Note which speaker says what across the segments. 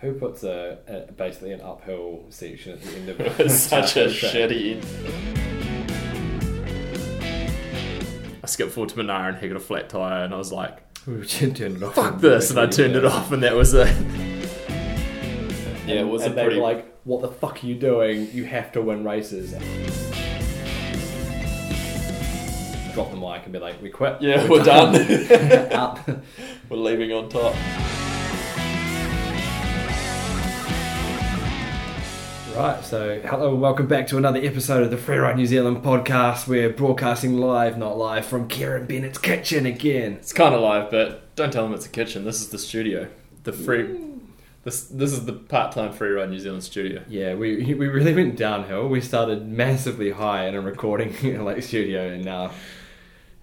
Speaker 1: Who puts a, a basically an uphill section at the end of
Speaker 2: It's such a
Speaker 1: track?
Speaker 2: shitty end. I skipped forward to Manara and he got a flat tire, and I was like,
Speaker 1: We should turn it off.
Speaker 2: "Fuck this!" and I turned it off, and that was it. Yeah, it was
Speaker 1: and
Speaker 2: a
Speaker 1: they
Speaker 2: pretty.
Speaker 1: were like, "What the fuck are you doing? You have to win races." Drop the mic and be like, "We quit."
Speaker 2: yeah, we're done.
Speaker 1: Up.
Speaker 2: we're leaving on top.
Speaker 1: Right, so hello and welcome back to another episode of the Free Ride New Zealand podcast. We're broadcasting live, not live, from Karen Bennett's kitchen again.
Speaker 2: It's kind of live, but don't tell them it's a kitchen. This is the studio. The free. This this is the part-time free ride New Zealand studio.
Speaker 1: Yeah, we we really went downhill. We started massively high in a recording like studio, and now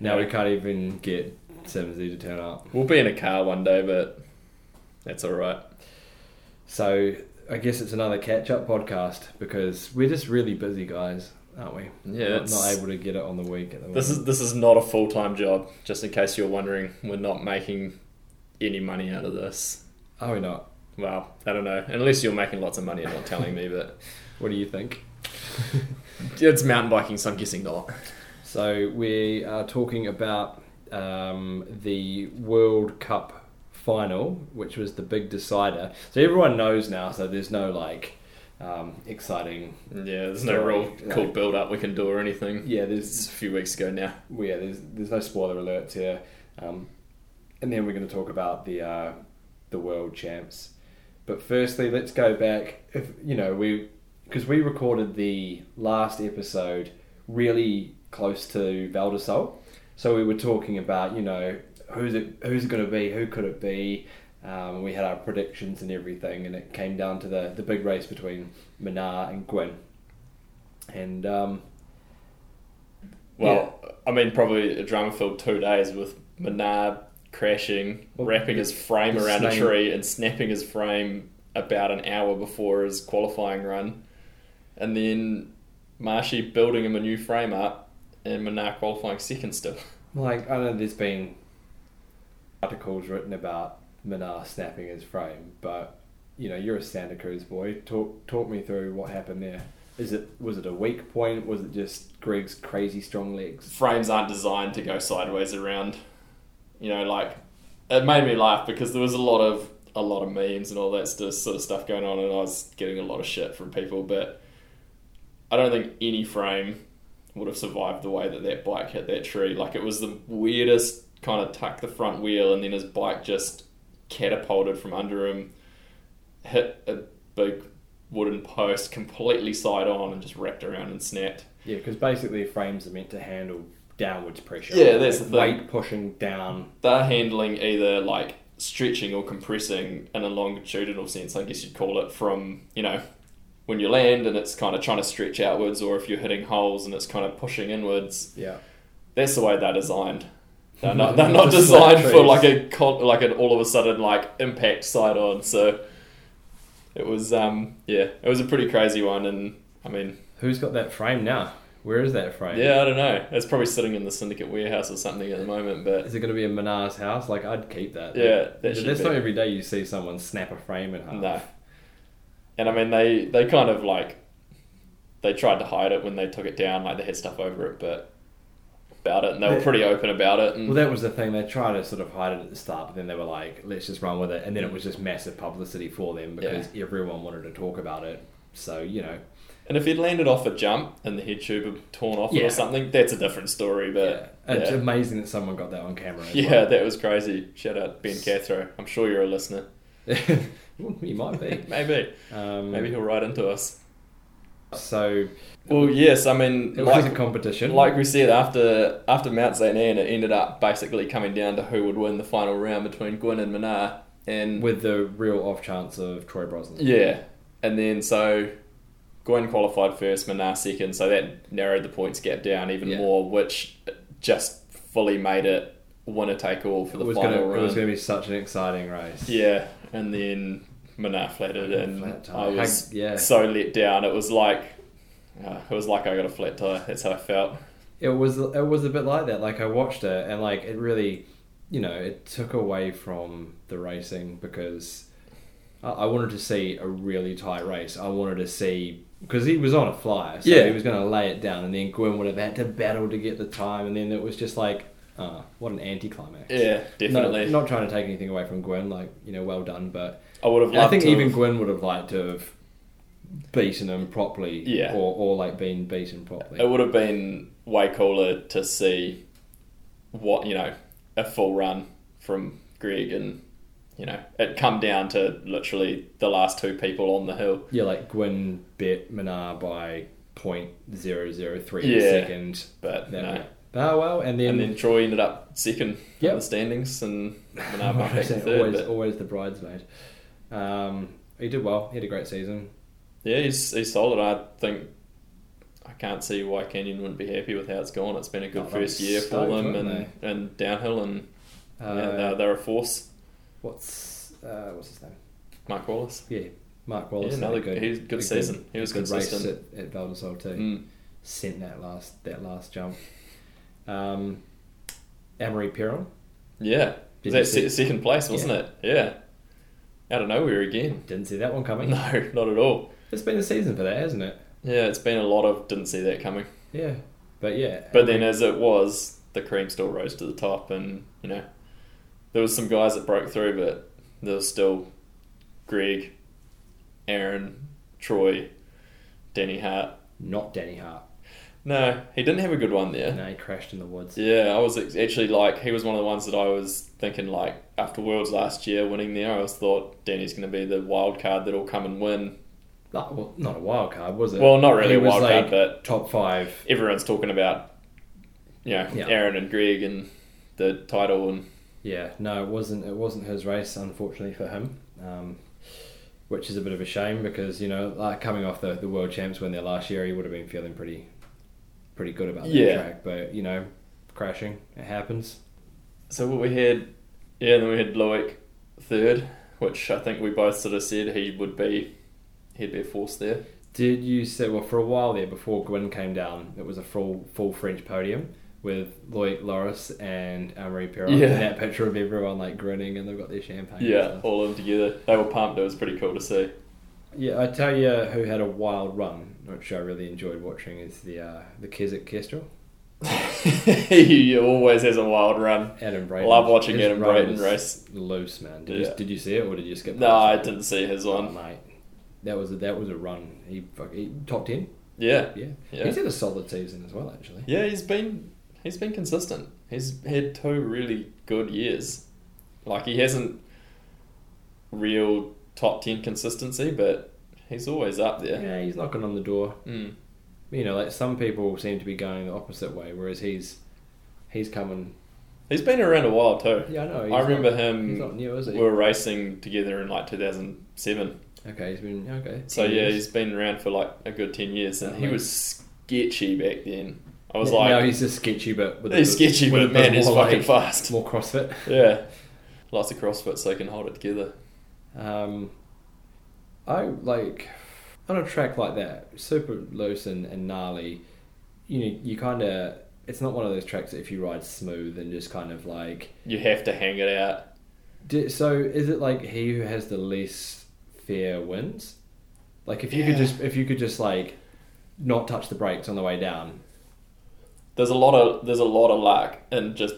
Speaker 1: now we can't even get Simsy to turn up.
Speaker 2: We'll be in a car one day, but that's all right.
Speaker 1: So I guess it's another catch up podcast because we're just really busy guys, aren't we?
Speaker 2: Yeah,
Speaker 1: not,
Speaker 2: it's-
Speaker 1: not able to get it on the week at the moment.
Speaker 2: This is this is not a full time job. Just in case you're wondering, we're not making any money out of this.
Speaker 1: are we not?
Speaker 2: Well, I don't know. Unless you're making lots of money and not telling me, but
Speaker 1: What do you think?
Speaker 2: it's mountain biking, so I'm guessing not.
Speaker 1: So we are talking about um, the World Cup final, which was the big decider. So everyone knows now. So there's no like um, exciting.
Speaker 2: Yeah, there's no real cool build up we can do or anything.
Speaker 1: Yeah,
Speaker 2: This is
Speaker 1: there's
Speaker 2: a few weeks ago now.
Speaker 1: well, yeah, there's there's no spoiler alerts here. Um, and then we're going to talk about the uh, the world champs. But firstly, let's go back. If you know we because we recorded the last episode really close to Valdesol, so we were talking about you know who's it who's it going to be, who could it be. Um, we had our predictions and everything, and it came down to the the big race between Minar and Gwyn. And um,
Speaker 2: Well, I mean, probably a drama filled two days with Menard crashing,
Speaker 1: Well,
Speaker 2: wrapping
Speaker 1: the-
Speaker 2: his frame
Speaker 1: the
Speaker 2: around
Speaker 1: snake-
Speaker 2: a tree and snapping his frame about an hour before his qualifying run, and then Marshy building him a new frame up, and Menard qualifying second still.
Speaker 1: Like I know there's been articles written about Minar snapping his frame, but you know you're a Santa Cruz boy. Talk talk me through what happened there. Is it was it a weak point? Was it just Greg's crazy strong legs?
Speaker 2: frames aren't designed to go sideways around. You know, like it made me laugh because there was a lot of a lot of memes and all that st- sort of stuff going on, and I was getting a lot of shit from people. But I don't think any frame would have survived the way that that bike hit that tree. Like it was the weirdest kind of tuck the front wheel, and then his bike just catapulted from under him, hit a big wooden post completely side on, and just wrapped around and snapped.
Speaker 1: Yeah, because basically frames are meant to handle downwards pressure.
Speaker 2: Yeah, that's the thing.
Speaker 1: weight pushing down.
Speaker 2: they're handling either like stretching or compressing in a longitudinal sense, I guess you'd call it, from you know when you land and it's kind of trying to stretch outwards, or if you're hitting holes and it's kind of pushing inwards.
Speaker 1: Yeah.
Speaker 2: That's the way they're designed. They're not, they're not designed for like a con- like an all of a sudden like impact side on. So it was um yeah, it was a pretty crazy one, and I mean
Speaker 1: Who's got that frame now? Where is that frame?
Speaker 2: yeah, I don't know. It's probably sitting in the syndicate warehouse or something at the moment, but
Speaker 1: Is it going to be in Minar's house? Like I'd keep that.
Speaker 2: yeah, that should
Speaker 1: That's
Speaker 2: be.
Speaker 1: not every day you see someone snap a frame in half.
Speaker 2: Um, No. And I mean, they they kind of like they tried to hide it when they took it down, like they had stuff over it, but about it, and they were pretty open about it. And
Speaker 1: Well, that was the thing. They tried to sort of hide it at the start, but then they were like, let's just run with it. And then it was just massive publicity for them because everyone wanted to talk about it. So, you know,
Speaker 2: and if he'd landed off a jump and the head tube had torn off it
Speaker 1: Yeah.
Speaker 2: or something, that's a different story.
Speaker 1: yeah.
Speaker 2: But
Speaker 1: it's
Speaker 2: yeah,
Speaker 1: amazing that someone got that on camera. as
Speaker 2: Yeah, that was crazy. Shout out Ben Cathro. I'm sure you're a listener.
Speaker 1: well. Ooh, you might be.
Speaker 2: Maybe,
Speaker 1: Um,
Speaker 2: maybe he'll write into us.
Speaker 1: So,
Speaker 2: Well, yes, I mean,
Speaker 1: it was
Speaker 2: like
Speaker 1: a competition.
Speaker 2: Like we said, after after Mount St. Anne, it ended up basically coming down to who would win the final round between Gwyn and Minar. And
Speaker 1: with the real off chance of Troy Brosnan.
Speaker 2: yeah, and then so Gwyn qualified first, Minar second, so that narrowed the points gap down even
Speaker 1: Yeah.
Speaker 2: more, which just fully made it winner take all for
Speaker 1: It
Speaker 2: the
Speaker 1: was
Speaker 2: final
Speaker 1: gonna, it
Speaker 2: round.
Speaker 1: was going to be such an exciting race.
Speaker 2: Yeah, and then Minar flatted, and
Speaker 1: Flat tire.
Speaker 2: I was
Speaker 1: Hug- yeah.
Speaker 2: so let down. It was like uh, it was like I got a flat tire. That's how I felt.
Speaker 1: it was it was a bit like that. Like I watched it and like it really, you know, it took away from the racing because I, I wanted to see a really tight race. I wanted to see because he was on a flyer, so
Speaker 2: Yeah.
Speaker 1: he was going to lay it down, and then Gwyn would have had to battle to get the time, and then it was just like, ah, what an anticlimax.
Speaker 2: Yeah, definitely.
Speaker 1: No, not trying to take anything away from Gwen, like you know, well done, but
Speaker 2: I would have
Speaker 1: I
Speaker 2: loved
Speaker 1: think
Speaker 2: to
Speaker 1: even
Speaker 2: have-
Speaker 1: Gwen would have liked to have beaten him properly,
Speaker 2: Yeah.
Speaker 1: or, or like been beaten properly.
Speaker 2: it would have been way cooler to see what you know a full run from Greg and you know it come down to literally the last two people on the hill.
Speaker 1: Yeah, like Gwen bit Minar by point zero zero three
Speaker 2: Yeah.
Speaker 1: second.
Speaker 2: But
Speaker 1: That
Speaker 2: no.
Speaker 1: way. Oh well, and then,
Speaker 2: And then Troy ended up second
Speaker 1: Yep.
Speaker 2: in the standings, and Minar got back
Speaker 1: always,
Speaker 2: to third. But
Speaker 1: always the bridesmaid. Um, he did well. He had a great season.
Speaker 2: yeah, he's he's solid. I think I can't see why Canyon wouldn't be happy with how it's gone. It's been a good
Speaker 1: Oh, they
Speaker 2: first year for
Speaker 1: stoked,
Speaker 2: them,
Speaker 1: weren't
Speaker 2: and, and downhill, and
Speaker 1: Uh,
Speaker 2: yeah, they're, they're a force.
Speaker 1: what's uh, what's his name?
Speaker 2: Mark Wallace.
Speaker 1: Yeah, Mark Wallace.
Speaker 2: Yeah,
Speaker 1: had
Speaker 2: another
Speaker 1: a good,
Speaker 2: he was good
Speaker 1: a good-
Speaker 2: season. he was
Speaker 1: good
Speaker 2: consistent.
Speaker 1: race at, at Valdesol too.
Speaker 2: Mm.
Speaker 1: Sent that last that last jump. Um, Amory Perron. Did
Speaker 2: Yeah, was
Speaker 1: you
Speaker 2: that
Speaker 1: see-
Speaker 2: se- second place, wasn't it? Yeah, out of nowhere again.
Speaker 1: Didn't see that one coming.
Speaker 2: No, not at all.
Speaker 1: It's been a season for that, hasn't it?
Speaker 2: Yeah, it's been a lot of didn't see that coming.
Speaker 1: Yeah, but yeah.
Speaker 2: But then, as it was, the cream still rose to the top, and you know, there was some guys that broke through, but there was still Greg, Aaron, Troy, Danny Hart.
Speaker 1: not Danny Hart.
Speaker 2: No, he didn't have a good one there.
Speaker 1: No, he crashed in the woods.
Speaker 2: Yeah, I was ex- actually like he was one of the ones that I was thinking like after Worlds last year winning there, I was thought Danny's going to be the wild card that'll come and win.
Speaker 1: Not, well, not a wild card, was it?
Speaker 2: Well, not really
Speaker 1: He
Speaker 2: a
Speaker 1: was,
Speaker 2: wild
Speaker 1: like,
Speaker 2: card, but
Speaker 1: top five.
Speaker 2: everyone's talking about you know
Speaker 1: Yeah.
Speaker 2: Aaron and Greg and the title and
Speaker 1: Yeah, no, it wasn't. It wasn't his race, unfortunately for him, um, which is a bit of a shame because you know, like coming off the, the world champs win there last year, he would have been feeling pretty, pretty good about that
Speaker 2: Yeah.
Speaker 1: track. But you know, crashing, it happens.
Speaker 2: so what we had, yeah, then we had Loic third, which I think we both sort of said he would be, he'd be a force there.
Speaker 1: Did you say well for a while there before Gwyn came down? It was a full full French podium with Loic Loris and Marie Perron.
Speaker 2: Yeah.
Speaker 1: And that picture of everyone like grinning and they've got their champagne. and
Speaker 2: Yeah,
Speaker 1: stuff.
Speaker 2: all of them together, they were pumped. It was pretty cool to see.
Speaker 1: Yeah, I tell you who had a wild run, which I really enjoyed watching, is the uh, the Keswick Kestrel,
Speaker 2: he always has a wild run.
Speaker 1: Adam Brayton.
Speaker 2: Love watching
Speaker 1: His
Speaker 2: Adam
Speaker 1: run
Speaker 2: Brayton
Speaker 1: was
Speaker 2: race.
Speaker 1: Loose man. Did, you,
Speaker 2: Yeah.
Speaker 1: did you see it or did you skip?
Speaker 2: No, I didn't see his
Speaker 1: Oh,
Speaker 2: one.
Speaker 1: mate, that was a, that was a run. He, fuck- he top ten.
Speaker 2: Yeah,
Speaker 1: Yeah.
Speaker 2: Yeah.
Speaker 1: he's had a solid season as well, actually.
Speaker 2: yeah, he's been he's been consistent. He's had two really good years. Like he hasn't real top ten consistency, but he's always up
Speaker 1: Yeah,
Speaker 2: there.
Speaker 1: he's knocking on the door.
Speaker 2: Mm.
Speaker 1: You know, like some people seem to be going the opposite way, whereas he's he's coming.
Speaker 2: He's been around a while too.
Speaker 1: Yeah, I know. he's
Speaker 2: I remember
Speaker 1: not- He's not
Speaker 2: him.
Speaker 1: new, is he?
Speaker 2: We were racing together in like 2007.
Speaker 1: okay, he's been okay.
Speaker 2: So
Speaker 1: 10
Speaker 2: yeah,
Speaker 1: years.
Speaker 2: he's been around for like a good 10 years, and
Speaker 1: That
Speaker 2: he
Speaker 1: makes-
Speaker 2: was sketchy back then. I was
Speaker 1: Yeah,
Speaker 2: like,
Speaker 1: no, he's just sketchy, but with a
Speaker 2: he's
Speaker 1: bit-
Speaker 2: sketchy,
Speaker 1: with a
Speaker 2: but man,
Speaker 1: bit
Speaker 2: he's
Speaker 1: more,
Speaker 2: fucking
Speaker 1: like,
Speaker 2: fast.
Speaker 1: More CrossFit.
Speaker 2: Yeah. Lots of CrossFit so he can hold it together.
Speaker 1: Um, I like on a track like that, super loose and, and gnarly. You know, you kind of it's not one of those tracks that if you ride smooth and just kind of like.
Speaker 2: You have to hang it out.
Speaker 1: Do, so is it like he who has the least fear wins? Like if you could
Speaker 2: Yeah.
Speaker 1: just if you could just like not touch the brakes on the way down.
Speaker 2: There's a lot of there's a lot of luck in just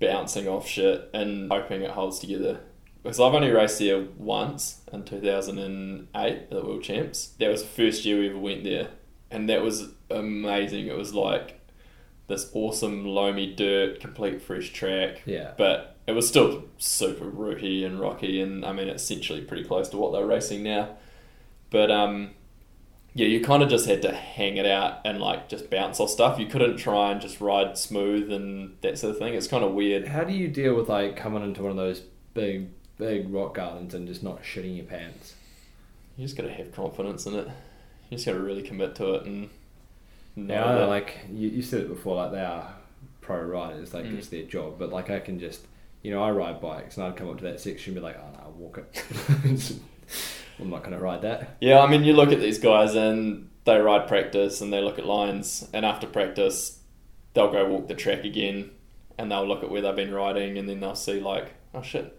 Speaker 2: bouncing off shit and hoping it holds together. Because I've only raced there once in 2008 at the World Champs. That was the first year we ever went there, and that was amazing. It was like this awesome loamy dirt, complete fresh track.
Speaker 1: Yeah.
Speaker 2: But it was still super rooty and rocky, and I mean, it's essentially pretty close to what they're racing now. But um, yeah, you kind of just had to hang it out and like just bounce off stuff. You couldn't try and just ride smooth and that sort of thing. It's kind of weird.
Speaker 1: How do you deal with like coming into one of those big big rock gardens and just not shitting your pants?
Speaker 2: You just got to have confidence in it. You just got to really commit to it and. know
Speaker 1: Yeah, I
Speaker 2: that-
Speaker 1: know, like you, you said it before, like they are pro riders, like
Speaker 2: Mm.
Speaker 1: it's their job. But like I can just, you know, I ride bikes and I'd come up to that section and be like, oh no, I'll walk it. I'm not going to ride that.
Speaker 2: Yeah, I mean, you look at these guys and they ride practice and they look at lines, and after practice, they'll go walk the track again and they'll look at where they've been riding and then they'll see, like, oh shit,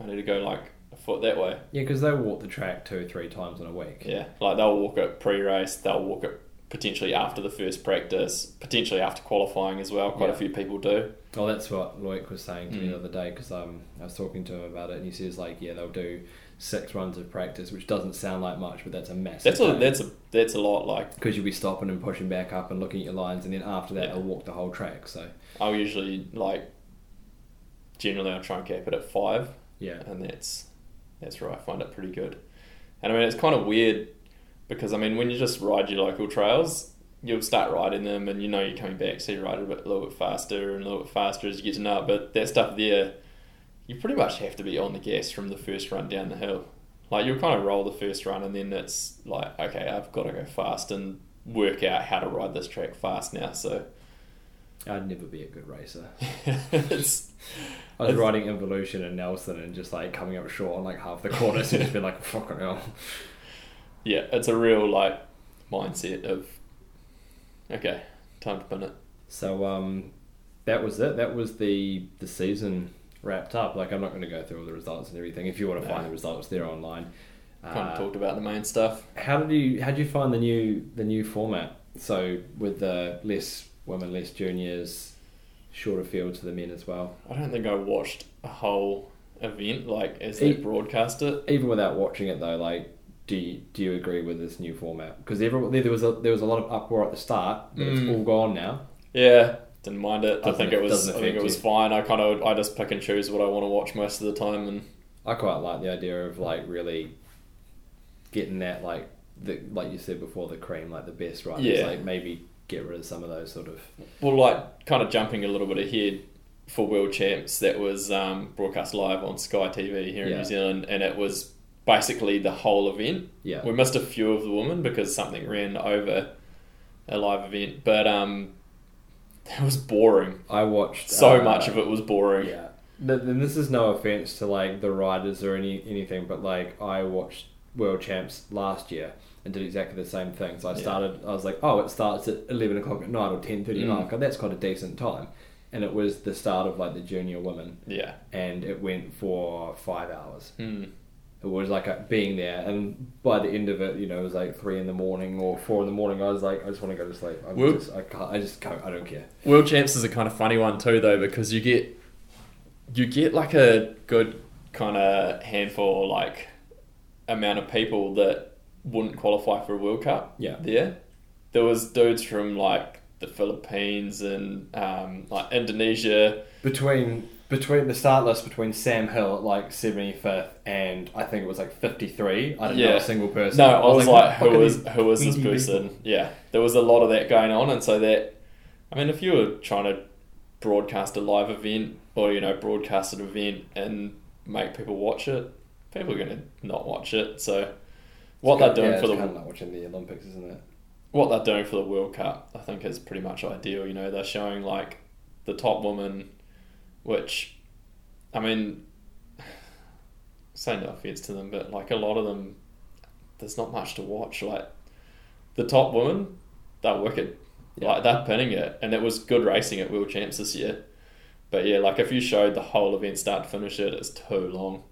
Speaker 2: I need to go like a foot that way.
Speaker 1: Yeah, because they walk the track two, three times in a week.
Speaker 2: Yeah, like they'll walk it pre-race, they'll walk it potentially after the first practice, potentially after qualifying as well. Quite
Speaker 1: Yeah.
Speaker 2: a few people do.
Speaker 1: Well, that's what Loic was saying to me
Speaker 2: Mm.
Speaker 1: the other day because um, I was talking to him about it, and he says like, yeah, they'll do six runs of practice, which doesn't sound like much, but that's a massive.
Speaker 2: That's a that's a that's a lot. Like
Speaker 1: because you'll be stopping and pushing back up and looking at your lines, and then after that,
Speaker 2: Yeah.
Speaker 1: they'll walk the whole track. So
Speaker 2: I'll usually like generally I'll try and keep it at five,
Speaker 1: yeah,
Speaker 2: and that's that's where I find it pretty good. And I mean it's kind of weird because I mean when you just ride your local trails, you'll start riding them and you know you're coming back, so you ride it a, bit, a little bit faster and a little bit faster as you get to know it. But that stuff there, you pretty much have to be on the gas from the first run down the hill. Like you'll kind of roll the first run and then it's like okay I've got to go fast and work out how to ride this track fast now. So
Speaker 1: I'd never be a good racer.
Speaker 2: it's
Speaker 1: I was
Speaker 2: It's-
Speaker 1: riding Evolution and Nelson and just like coming up short on like half the corner, so just been like, fucking hell.
Speaker 2: yeah, it's a real like mindset of okay, time to pin it.
Speaker 1: So um, that was it. That was the the season wrapped up. Like I'm not going to go through all the results and everything. If you want to
Speaker 2: No.
Speaker 1: find the results, they're online.
Speaker 2: Kind
Speaker 1: Uh,
Speaker 2: of talked about the main stuff.
Speaker 1: How did you how did you find the new the new format? So with the less women, less juniors, shorter fields for the men as well.
Speaker 2: I don't think I watched a whole event like as
Speaker 1: E-
Speaker 2: they broadcast it.
Speaker 1: Even without watching it though, like do you, do you agree with this new format? Because there there was a, there was a lot of uproar at the start, but it's
Speaker 2: Mm.
Speaker 1: all gone now.
Speaker 2: Yeah, didn't mind it. I
Speaker 1: Doesn't-
Speaker 2: think it was.
Speaker 1: doesn't
Speaker 2: I think
Speaker 1: affect
Speaker 2: it was
Speaker 1: you.
Speaker 2: fine. I kind of I just pick and choose what I want to watch most of the time, and
Speaker 1: I quite like the idea of like really getting that like the like you said before the cream like the best right
Speaker 2: Yeah.
Speaker 1: like maybe get rid of some of those sort of
Speaker 2: well, like kind of jumping a little bit ahead for World Champs that was um, broadcast live on Sky TV here in
Speaker 1: Yeah.
Speaker 2: New Zealand, and it was basically the whole event.
Speaker 1: yeah
Speaker 2: We missed a few of the women because something ran over a live event, but um, it was boring.
Speaker 1: I watched
Speaker 2: So
Speaker 1: uh,
Speaker 2: much of it was boring.
Speaker 1: yeah Th- then this is no offense to like the riders or any anything but like I watched world champs last year and did exactly the same thing so I
Speaker 2: Yeah.
Speaker 1: started I was like oh it starts at 11 o'clock at night or 10.30 at
Speaker 2: Mm.
Speaker 1: night oh, that's quite a decent time and it was the start of like the junior women
Speaker 2: Yeah.
Speaker 1: and it went for five hours
Speaker 2: Hmm.
Speaker 1: it was like uh, being there and by the end of it you know it was like three in the morning or four in the morning i was like i just want to go to sleep i'm
Speaker 2: Well-
Speaker 1: just i can't i just can't i don't care
Speaker 2: World Champs is a kind of funny one too, though, because you get you get like a good kind of handful, like amount of people that wouldn't qualify for a World Cup.
Speaker 1: Yeah.
Speaker 2: there there was dudes from like the Philippines and um, like Indonesia.
Speaker 1: between between the start list between sam hill at like 75th and i think it was like 53 i didn't know
Speaker 2: Yeah.
Speaker 1: a single person
Speaker 2: No, I was like,
Speaker 1: "What the fuck
Speaker 2: who
Speaker 1: are
Speaker 2: is
Speaker 1: these
Speaker 2: who is this
Speaker 1: weedy
Speaker 2: person?
Speaker 1: people?"
Speaker 2: Yeah, there was a lot of that going on, and so that, I mean, if you were trying to broadcast a live event or you know broadcast an event and make people watch it, people are gonna not watch it. So, what they're doing
Speaker 1: yeah,
Speaker 2: for
Speaker 1: it's
Speaker 2: the
Speaker 1: kind of like watching the olympics isn't it
Speaker 2: what they're doing for the World Cup, I think, is pretty much ideal. You know, they're showing like the top woman, which, I mean, say no offense to them, but like a lot of them, there's not much to watch. Like the top women, they're wicked.
Speaker 1: Yeah.
Speaker 2: Like they're pinning it, and it was good racing at World Champs this year. But yeah, like if you showed the whole event start to finish, it it's too long.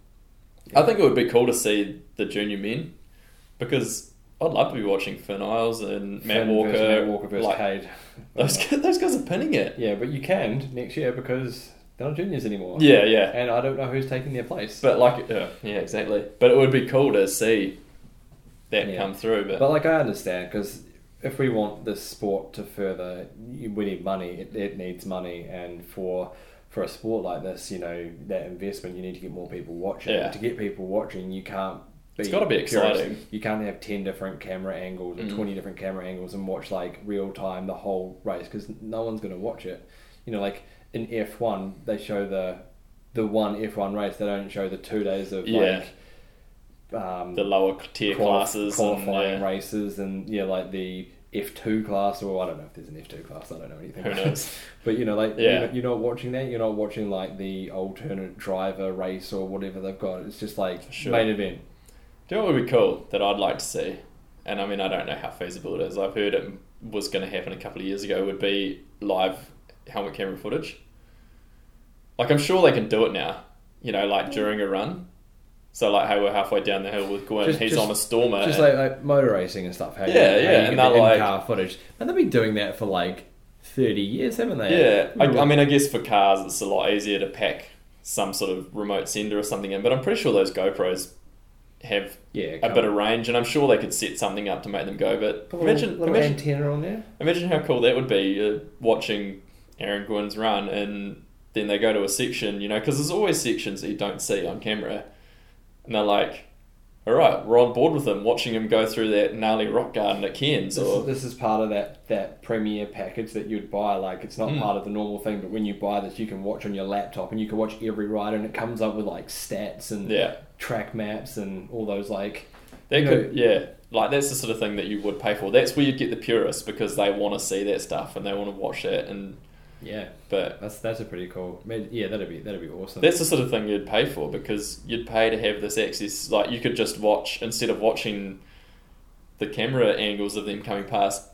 Speaker 2: I think it would be cool to see the junior men because I'd love to be watching Finn Isles and Matt
Speaker 1: Finn
Speaker 2: Walker.
Speaker 1: versus Matt Walker versus
Speaker 2: like,
Speaker 1: Cade.
Speaker 2: those, guys, those guys are pinning it.
Speaker 1: yeah but you can next year because they're not juniors anymore
Speaker 2: Yeah, yeah.
Speaker 1: and i don't know who's taking their place
Speaker 2: But like, yeah, yeah, exactly. But it would be cool to see that
Speaker 1: Yeah.
Speaker 2: come through. But,
Speaker 1: But like I understand because if we want this sport to further, you- we need money. It, it needs money, and for for a sport like this, you know that investment, you need to get more people watching.
Speaker 2: Yeah.
Speaker 1: To get people watching, you can't. Be
Speaker 2: It's gotta be
Speaker 1: purist.
Speaker 2: exciting.
Speaker 1: You can't have ten different camera angles or
Speaker 2: Mm.
Speaker 1: twenty different camera angles and watch like real time the whole race because no one's going to watch it. You know, like in F one, they show the the one F one race. They don't show the two days of
Speaker 2: Yeah.
Speaker 1: like um,
Speaker 2: the lower tier
Speaker 1: quali-
Speaker 2: classes, and,
Speaker 1: qualifying
Speaker 2: yeah,
Speaker 1: races, and yeah, like the F two class, or I don't know if there's an F two class. I don't know anything.
Speaker 2: Who
Speaker 1: about it.
Speaker 2: knows?
Speaker 1: But you know, like
Speaker 2: Yeah.
Speaker 1: you're, not, you're not watching that. You're not watching like the alternate driver race or whatever they've got. It's just like
Speaker 2: Sure.
Speaker 1: main event.
Speaker 2: Do you know what would be cool that I'd like to see? And I mean, I don't know how feasible it is. I've heard it was going to happen a couple of years ago. Would be live helmet camera footage. Like I'm sure they can do it now. You know, like during a run. So like, hey, we're halfway down the hill with Gwyn.
Speaker 1: Just-
Speaker 2: He's
Speaker 1: just-
Speaker 2: on a stormer.
Speaker 1: Just
Speaker 2: and-
Speaker 1: like, like motor racing and stuff. How you-
Speaker 2: Yeah,
Speaker 1: how you,
Speaker 2: yeah,
Speaker 1: get
Speaker 2: and they're
Speaker 1: the
Speaker 2: like-
Speaker 1: in-car footage, and they've been doing that for like thirty years, haven't they?
Speaker 2: yeah, I, I mean, I guess for cars, it's a lot easier to pack some sort of remote sender or something in. But I'm pretty sure those GoPros have
Speaker 1: yeah,
Speaker 2: a bit of range, and I'm sure they could set something up to make them go. But imagine,
Speaker 1: little
Speaker 2: imagine,
Speaker 1: antenna on there.
Speaker 2: imagine how cool that would be uh, watching Aaron Gwynn's run, and then they go to a section, you know, because there's always sections that you don't see on camera, and they're like, "All right, we're on board with them, watching him go through that gnarly rock garden at Cairns."
Speaker 1: This,
Speaker 2: Or
Speaker 1: this is part of that that premiere package that you'd buy. Like it's not
Speaker 2: Mm.
Speaker 1: part of the normal thing, but when you buy this, you can watch on your laptop and you can watch every ride, and it comes up with like stats and
Speaker 2: yeah,
Speaker 1: track maps and all those like.
Speaker 2: That
Speaker 1: You
Speaker 2: could, yeah, like that's the sort of thing that you would pay for. That's where you'd get the purists because they want to see that stuff and they want to watch it. And
Speaker 1: Yeah,
Speaker 2: but
Speaker 1: that's that's a pretty cool. ma- Yeah, that'd be that'd be awesome.
Speaker 2: that's the sort of thing you'd pay for because you'd pay to have this access. Like you could just watch instead of watching the camera angles of them coming past.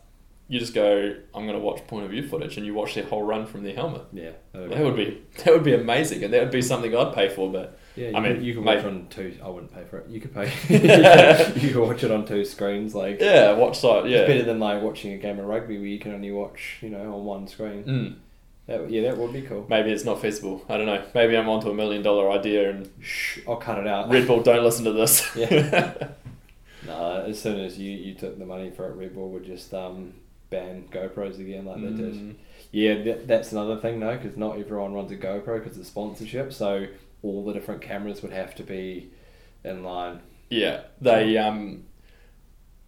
Speaker 2: You just go, I'm going to watch point of view footage, and you watch their whole run from their helmet.
Speaker 1: yeah, that'd
Speaker 2: That would be that would be amazing, and that would be something I'd pay for. But
Speaker 1: Yeah, you
Speaker 2: I mean,
Speaker 1: could, you could
Speaker 2: mate-
Speaker 1: watch on two. I wouldn't pay for it. You could pay. you could watch it on two screens. Like
Speaker 2: yeah, watch side,
Speaker 1: it's
Speaker 2: yeah,
Speaker 1: better than like watching a game of rugby where you can only watch you know on one screen.
Speaker 2: mm,
Speaker 1: That, yeah, that would be cool.
Speaker 2: maybe it's not feasible. I don't know. Maybe I'm onto a million dollar idea, and
Speaker 1: Shh, I'll cut it out.
Speaker 2: Red Bull, don't listen to this.
Speaker 1: Nah, as soon as you, you took the money for it, Red Bull would just um, ban GoPros again like they did.
Speaker 2: Mm.
Speaker 1: Yeah, that, that's another thing though, because not everyone runs a GoPro because it's sponsorship. So all the different cameras would have to be in line.
Speaker 2: yeah, they um,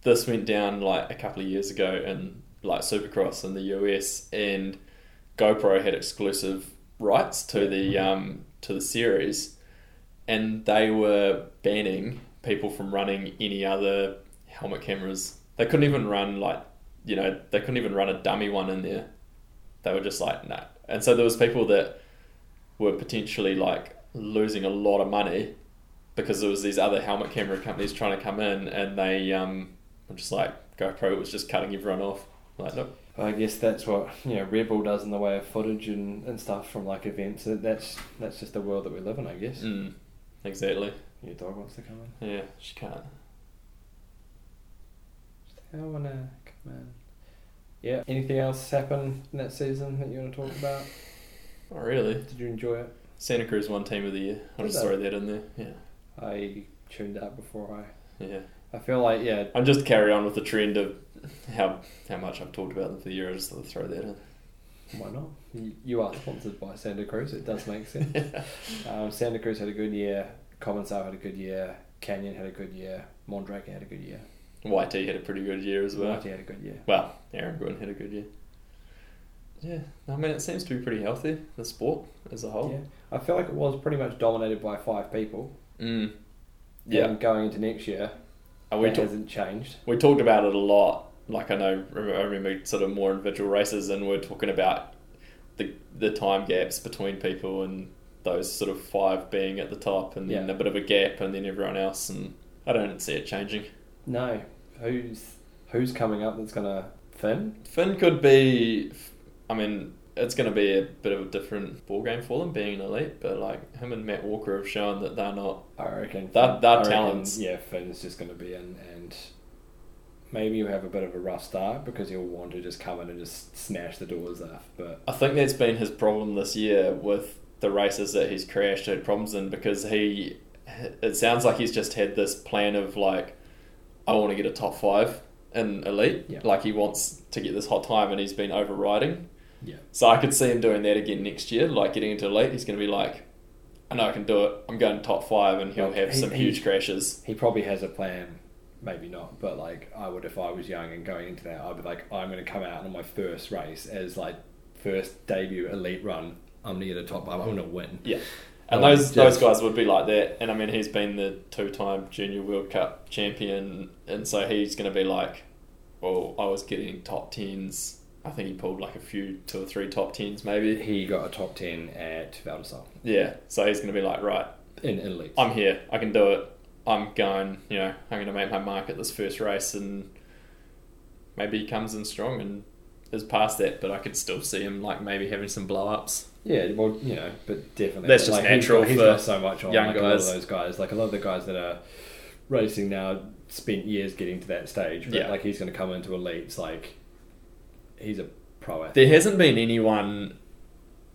Speaker 2: this went down like a couple of years ago in like Supercross in the US, and GoPro had exclusive rights to the um, to the series, and they were banning people from running any other helmet cameras. They couldn't even run like you know they couldn't even run a dummy one in there. They were just like no, and so there was people that were potentially like losing a lot of money because there was these other helmet camera companies trying to come in and they um, were just like GoPro was just cutting everyone off. Like nope.
Speaker 1: I guess that's what you know Red Bull does in the way of footage and, and stuff from like events. That- That's that's just the world that we live in, I guess.
Speaker 2: Mm, exactly.
Speaker 1: Your dog wants to come in.
Speaker 2: Yeah, she can't.
Speaker 1: I wanna come in. Yeah. Anything else happen in that season that you want to talk about?
Speaker 2: Not Oh, really.
Speaker 1: Did you enjoy it?
Speaker 2: Santa Cruz won team of the year. I'll
Speaker 1: Did
Speaker 2: just
Speaker 1: they?
Speaker 2: throw that in there. Yeah.
Speaker 1: I tuned out before I.
Speaker 2: Yeah.
Speaker 1: I feel like yeah,
Speaker 2: I'm just carry on with the trend of how how much I've talked about them for the year, I just thought I'd throw that in.
Speaker 1: why not? You- You are sponsored by Santa Cruz. It does make sense. um, Santa Cruz had a good year. Commonsau had a good year. Canyon had a good year. Mondrake had a good year.
Speaker 2: YT had a pretty good year as well.
Speaker 1: YT had a good year.
Speaker 2: Well, Aaron Gwynn had a good year. Yeah. I mean it seems to be pretty healthy, the sport as a whole.
Speaker 1: Yeah. I feel like it was pretty much dominated by five people.
Speaker 2: Mm. Yeah.
Speaker 1: And going into next year,
Speaker 2: Are we
Speaker 1: it
Speaker 2: talking
Speaker 1: hasn't changed.
Speaker 2: we talked about it a lot. Like I know, I remember sort of more individual races, and we're talking about the the time gaps between people and those sort of five being at the top, and then
Speaker 1: Yeah.
Speaker 2: a bit of a gap, and then everyone else. And I don't see it changing.
Speaker 1: No. Who's who's coming up that's gonna Finn?
Speaker 2: Finn could be, I mean, it's going to be a bit of a different ball game for them being an elite, but like him and Matt Walker have shown that they're not.
Speaker 1: I reckon
Speaker 2: That- that
Speaker 1: I reckon,
Speaker 2: talent's-
Speaker 1: Yeah, Finn's just gonna be in and maybe you'll have a bit of a rough start because he'll want to just come in and just smash the doors off. But
Speaker 2: I think that's been his problem this year with the races that he's crashed had problems in because he, it sounds like he's just had this plan of like, I want to get a top five in elite.
Speaker 1: Yeah.
Speaker 2: Like he wants to get this hot time and he's been overriding.
Speaker 1: yeah.
Speaker 2: So I could see him doing that again next year, like getting into elite. He's going to be like, I know I can do it. I'm going top five and he'll
Speaker 1: Like,
Speaker 2: have
Speaker 1: he-
Speaker 2: some
Speaker 1: he-
Speaker 2: huge crashes.
Speaker 1: He probably has a plan, maybe not, but like I would if I was young and going into that, I'd be like, I'm gonna come out on my first race as like first debut elite run. I'm gonna get a top five, I'm gonna win.
Speaker 2: Yeah. And
Speaker 1: Um,
Speaker 2: those those
Speaker 1: just-
Speaker 2: guys would be like that. And I mean, he's been the two time Junior World Cup champion, and so he's going to be like, well, I was getting top tens. I think he pulled like a few, two or three top tens, maybe.
Speaker 1: He got a top ten at Valdesol
Speaker 2: Yeah. So he's going to be like, right,
Speaker 1: in elite.
Speaker 2: I'm here. I can do it. I'm going. You know, I'm going to make my mark at this first race, and maybe he comes in strong and is past that, but I could still see him like maybe having some blow ups.
Speaker 1: Yeah, well, you know, but definitely
Speaker 2: That's just
Speaker 1: like,
Speaker 2: natural
Speaker 1: He's, he's
Speaker 2: for
Speaker 1: got so much on
Speaker 2: young
Speaker 1: like, a lot of
Speaker 2: guys.
Speaker 1: those guys. Like a lot of the guys that are racing now spent years getting to that stage. But
Speaker 2: Yeah.
Speaker 1: like he's going to come into elites. Like he's a pro. athlete.
Speaker 2: There hasn't been anyone.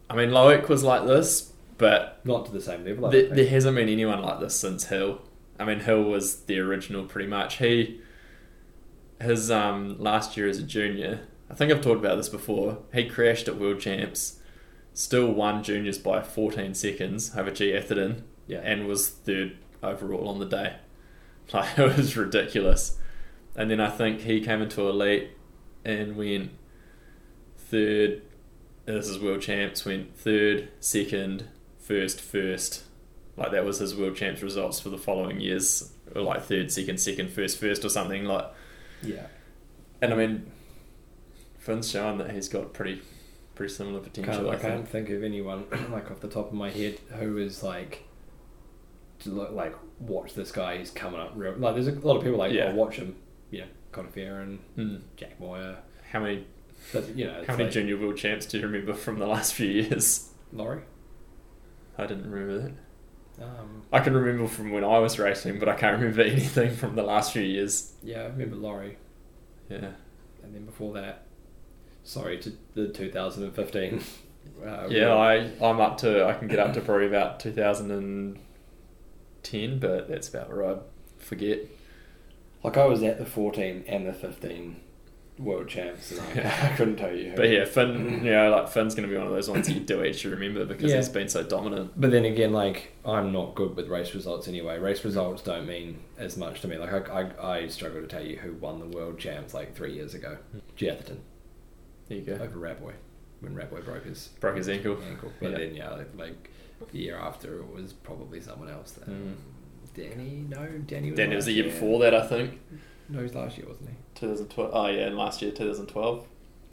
Speaker 2: I mean, Loic was like this, but
Speaker 1: Not to the same level. I
Speaker 2: there,
Speaker 1: don't
Speaker 2: there
Speaker 1: think.
Speaker 2: hasn't been anyone like this since Hill. I mean, Hill was the original pretty much. He his um last year as a junior. I think I've talked about this before. He crashed at World Champs, still won juniors by 14 seconds over G Atherton,
Speaker 1: Yeah.
Speaker 2: and was third overall on the day. Like it was ridiculous. And then I think he came into elite and went third. This is world champs. Went third, second, first, first. Like that was his world champs results for the following years, or like third, second, second, first, first, or something like.
Speaker 1: yeah,
Speaker 2: And I mean, Finn's showing that he's got pretty, pretty similar potential.
Speaker 1: can't,
Speaker 2: I
Speaker 1: I
Speaker 2: think.
Speaker 1: can't think of anyone like off the top of my head who is like to look like watch this guy. He's coming up real. Like there's a lot of people like
Speaker 2: Yeah.
Speaker 1: oh, watch him. You know, Conor Fearon,
Speaker 2: Mm.
Speaker 1: Jack Moyer.
Speaker 2: How many,
Speaker 1: But, you know, it's
Speaker 2: how many
Speaker 1: like,
Speaker 2: junior world champs do you remember from the last few years?
Speaker 1: Laurie.
Speaker 2: I didn't remember that.
Speaker 1: Um,
Speaker 2: I can remember from when I was racing, but I can't remember anything from the last few years.
Speaker 1: yeah, I remember Laurie.
Speaker 2: Yeah.
Speaker 1: and then before that, sorry, to the 2015. Uh,
Speaker 2: Yeah, I, I'm up to, I can get up to probably about 2010, but that's about where I forget.
Speaker 1: like I was at the 14 and the 15 world champs, and I, I couldn't tell you. Who.
Speaker 2: But yeah, Finn, you know, like Finn's going to be one of those ones that you do actually remember because
Speaker 1: Yeah.
Speaker 2: he's been so dominant.
Speaker 1: But then again, like I'm not good with race results anyway. Race results don't mean as much to me. Like I, I, I struggle to tell you who won the world champs like three years ago.
Speaker 2: Hmm.
Speaker 1: Jetherton
Speaker 2: There you go.
Speaker 1: over Raboy when Raboy broke his
Speaker 2: Broke his ankle.
Speaker 1: ankle. But
Speaker 2: Yeah.
Speaker 1: then yeah, like, like the year after it was probably someone else. That,
Speaker 2: Mm.
Speaker 1: Danny, no, Danny. Was
Speaker 2: Then it was
Speaker 1: last
Speaker 2: the year
Speaker 1: year.
Speaker 2: before that, I think.
Speaker 1: No, it was last year, wasn't he?
Speaker 2: 2012. Oh, yeah, and last year, 2012.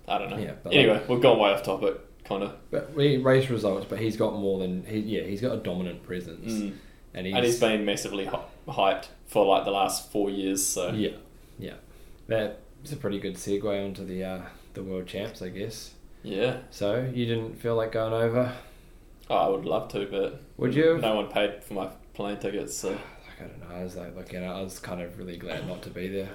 Speaker 2: I don't know.
Speaker 1: Yeah, but
Speaker 2: anyway, we've gone way off topic, kind of.
Speaker 1: But we race results, but he's got more than he, yeah. He's got a dominant presence,
Speaker 2: Mm.
Speaker 1: and he's,
Speaker 2: And he's been massively hy- hyped for like the last four years, so.
Speaker 1: yeah, yeah. That's a pretty good segue onto the uh, the world champs, I guess.
Speaker 2: Yeah.
Speaker 1: So you didn't feel like going over,
Speaker 2: Oh, I would love to, but
Speaker 1: would you?
Speaker 2: no one paid for my plane tickets, so.
Speaker 1: Like, I don't know. I was like looking. at it, I was kind of really glad not to be there.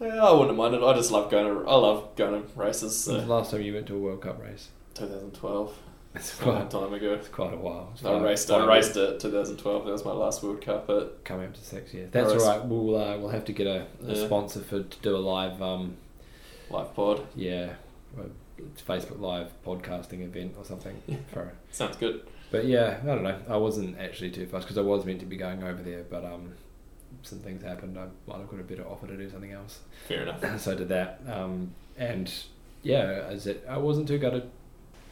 Speaker 2: Yeah, I wouldn't mind it. I just love going to. I love going to races.
Speaker 1: When's
Speaker 2: So.
Speaker 1: the last time you went to a World Cup race?
Speaker 2: 2012.
Speaker 1: It's
Speaker 2: A long
Speaker 1: quite,
Speaker 2: time ago.
Speaker 1: it's quite a while. It's
Speaker 2: I
Speaker 1: five-
Speaker 2: raced.
Speaker 1: five
Speaker 2: I raced it. 2012. That was my last World Cup. At
Speaker 1: coming up to six years.
Speaker 2: I
Speaker 1: That's all
Speaker 2: raced-
Speaker 1: right. We'll uh, we'll have to get a, a
Speaker 2: Yeah.
Speaker 1: sponsor for to do a live um
Speaker 2: Life Pod.
Speaker 1: yeah a Facebook live podcasting event or something for
Speaker 2: Sounds good.
Speaker 1: But yeah, I don't know. I wasn't actually too fussed because I was meant to be going over there, but um, some things happened. I might have got a better offer to do something else,
Speaker 2: Fair enough.
Speaker 1: so I did that. Um, and yeah, as it, I wasn't too gutted.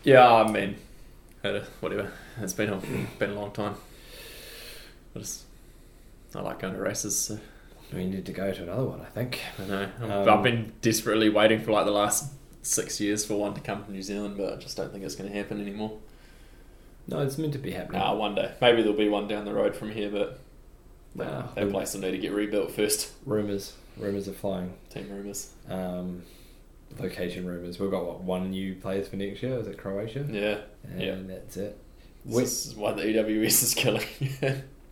Speaker 2: Yeah, I mean, had a- whatever. It's been a been a long time. I just I like going to races. So
Speaker 1: We need to go to another one, I think.
Speaker 2: I know I'm-
Speaker 1: Um,
Speaker 2: I've been desperately waiting for like the last six years for one to come to New Zealand, but I just don't think it's going to happen anymore.
Speaker 1: No, it's meant to be happening.
Speaker 2: Nah, one day maybe there'll be one down the road from here, but that,
Speaker 1: Nah.
Speaker 2: that place will need to get rebuilt first.
Speaker 1: Rumors, rumors are flying.
Speaker 2: Team rumors.
Speaker 1: Um, location rumors. We've got what one new place for next year? Is it Croatia?
Speaker 2: Yeah,
Speaker 1: And
Speaker 2: yeah.
Speaker 1: that's it.
Speaker 2: this
Speaker 1: Wh-
Speaker 2: is why the EWS is killing.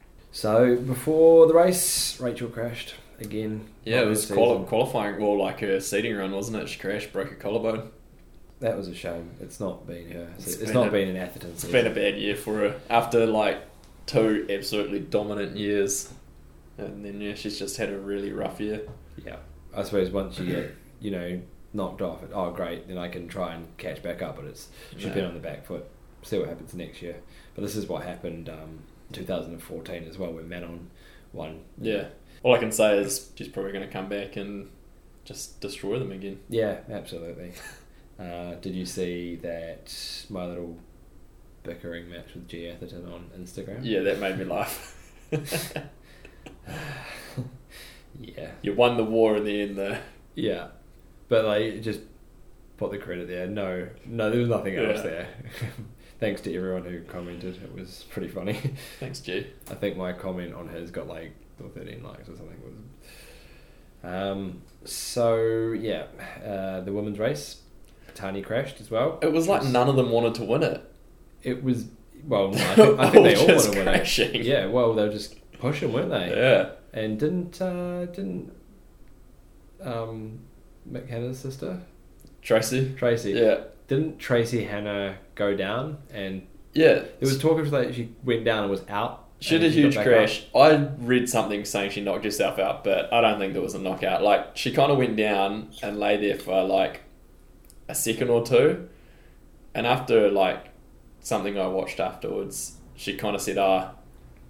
Speaker 1: so before the race, Rachel crashed again.
Speaker 2: yeah,
Speaker 1: Not
Speaker 2: it
Speaker 1: this
Speaker 2: was quali-
Speaker 1: season.
Speaker 2: qualifying or like her seating run, wasn't it? She crashed, broke her collarbone.
Speaker 1: That was a shame. It's not been her. It's,
Speaker 2: It's
Speaker 1: it's
Speaker 2: been
Speaker 1: not
Speaker 2: a-
Speaker 1: been an Atherton.
Speaker 2: It's been a bad year for her after like two absolutely dominant years, and then yeah, she's just had a really rough year.
Speaker 1: Yeah. I suppose once you get you know knocked off, it, oh great, then I can try and catch back up. But it's she's
Speaker 2: No.
Speaker 1: been on the back foot. See what happens next year. But this is what happened um, 2014 as well, when Manon won.
Speaker 2: Yeah, all I can say is she's probably going to come back and just destroy them again.
Speaker 1: Yeah, absolutely. uh, did you see that my little bickering match with G Atherton on Instagram?
Speaker 2: Yeah, that made me laugh.
Speaker 1: Yeah.
Speaker 2: you won the war in the end, though.
Speaker 1: Yeah, but like just put the credit there. No, no, there was nothing else
Speaker 2: Yeah.
Speaker 1: there. Thanks to everyone who commented. It was pretty funny.
Speaker 2: Thanks, G.
Speaker 1: I think my comment on his got like 13 likes or something. It was Um, so yeah, uh, the women's race, Tani crashed as well.
Speaker 2: It was like none of them wanted to win it.
Speaker 1: It was well, no, I think, I think they all
Speaker 2: Just
Speaker 1: want to win
Speaker 2: crashing.
Speaker 1: it. Yeah, well, they were just pushing, weren't they?
Speaker 2: Yeah.
Speaker 1: And didn't uh, didn't um, Mick Hannah's sister
Speaker 2: Tracy.
Speaker 1: Tracy?
Speaker 2: Yeah.
Speaker 1: Didn't Tracy Hannah go down? And
Speaker 2: Yeah.
Speaker 1: there was talk of that she went down and was out.
Speaker 2: She
Speaker 1: and
Speaker 2: had a
Speaker 1: then got
Speaker 2: huge
Speaker 1: back
Speaker 2: crash. I read something saying she knocked herself out, but I don't think there was a knockout. Like she kind of went down and lay there for like a second or two, and after like something I watched afterwards, she kind of said, "Ah,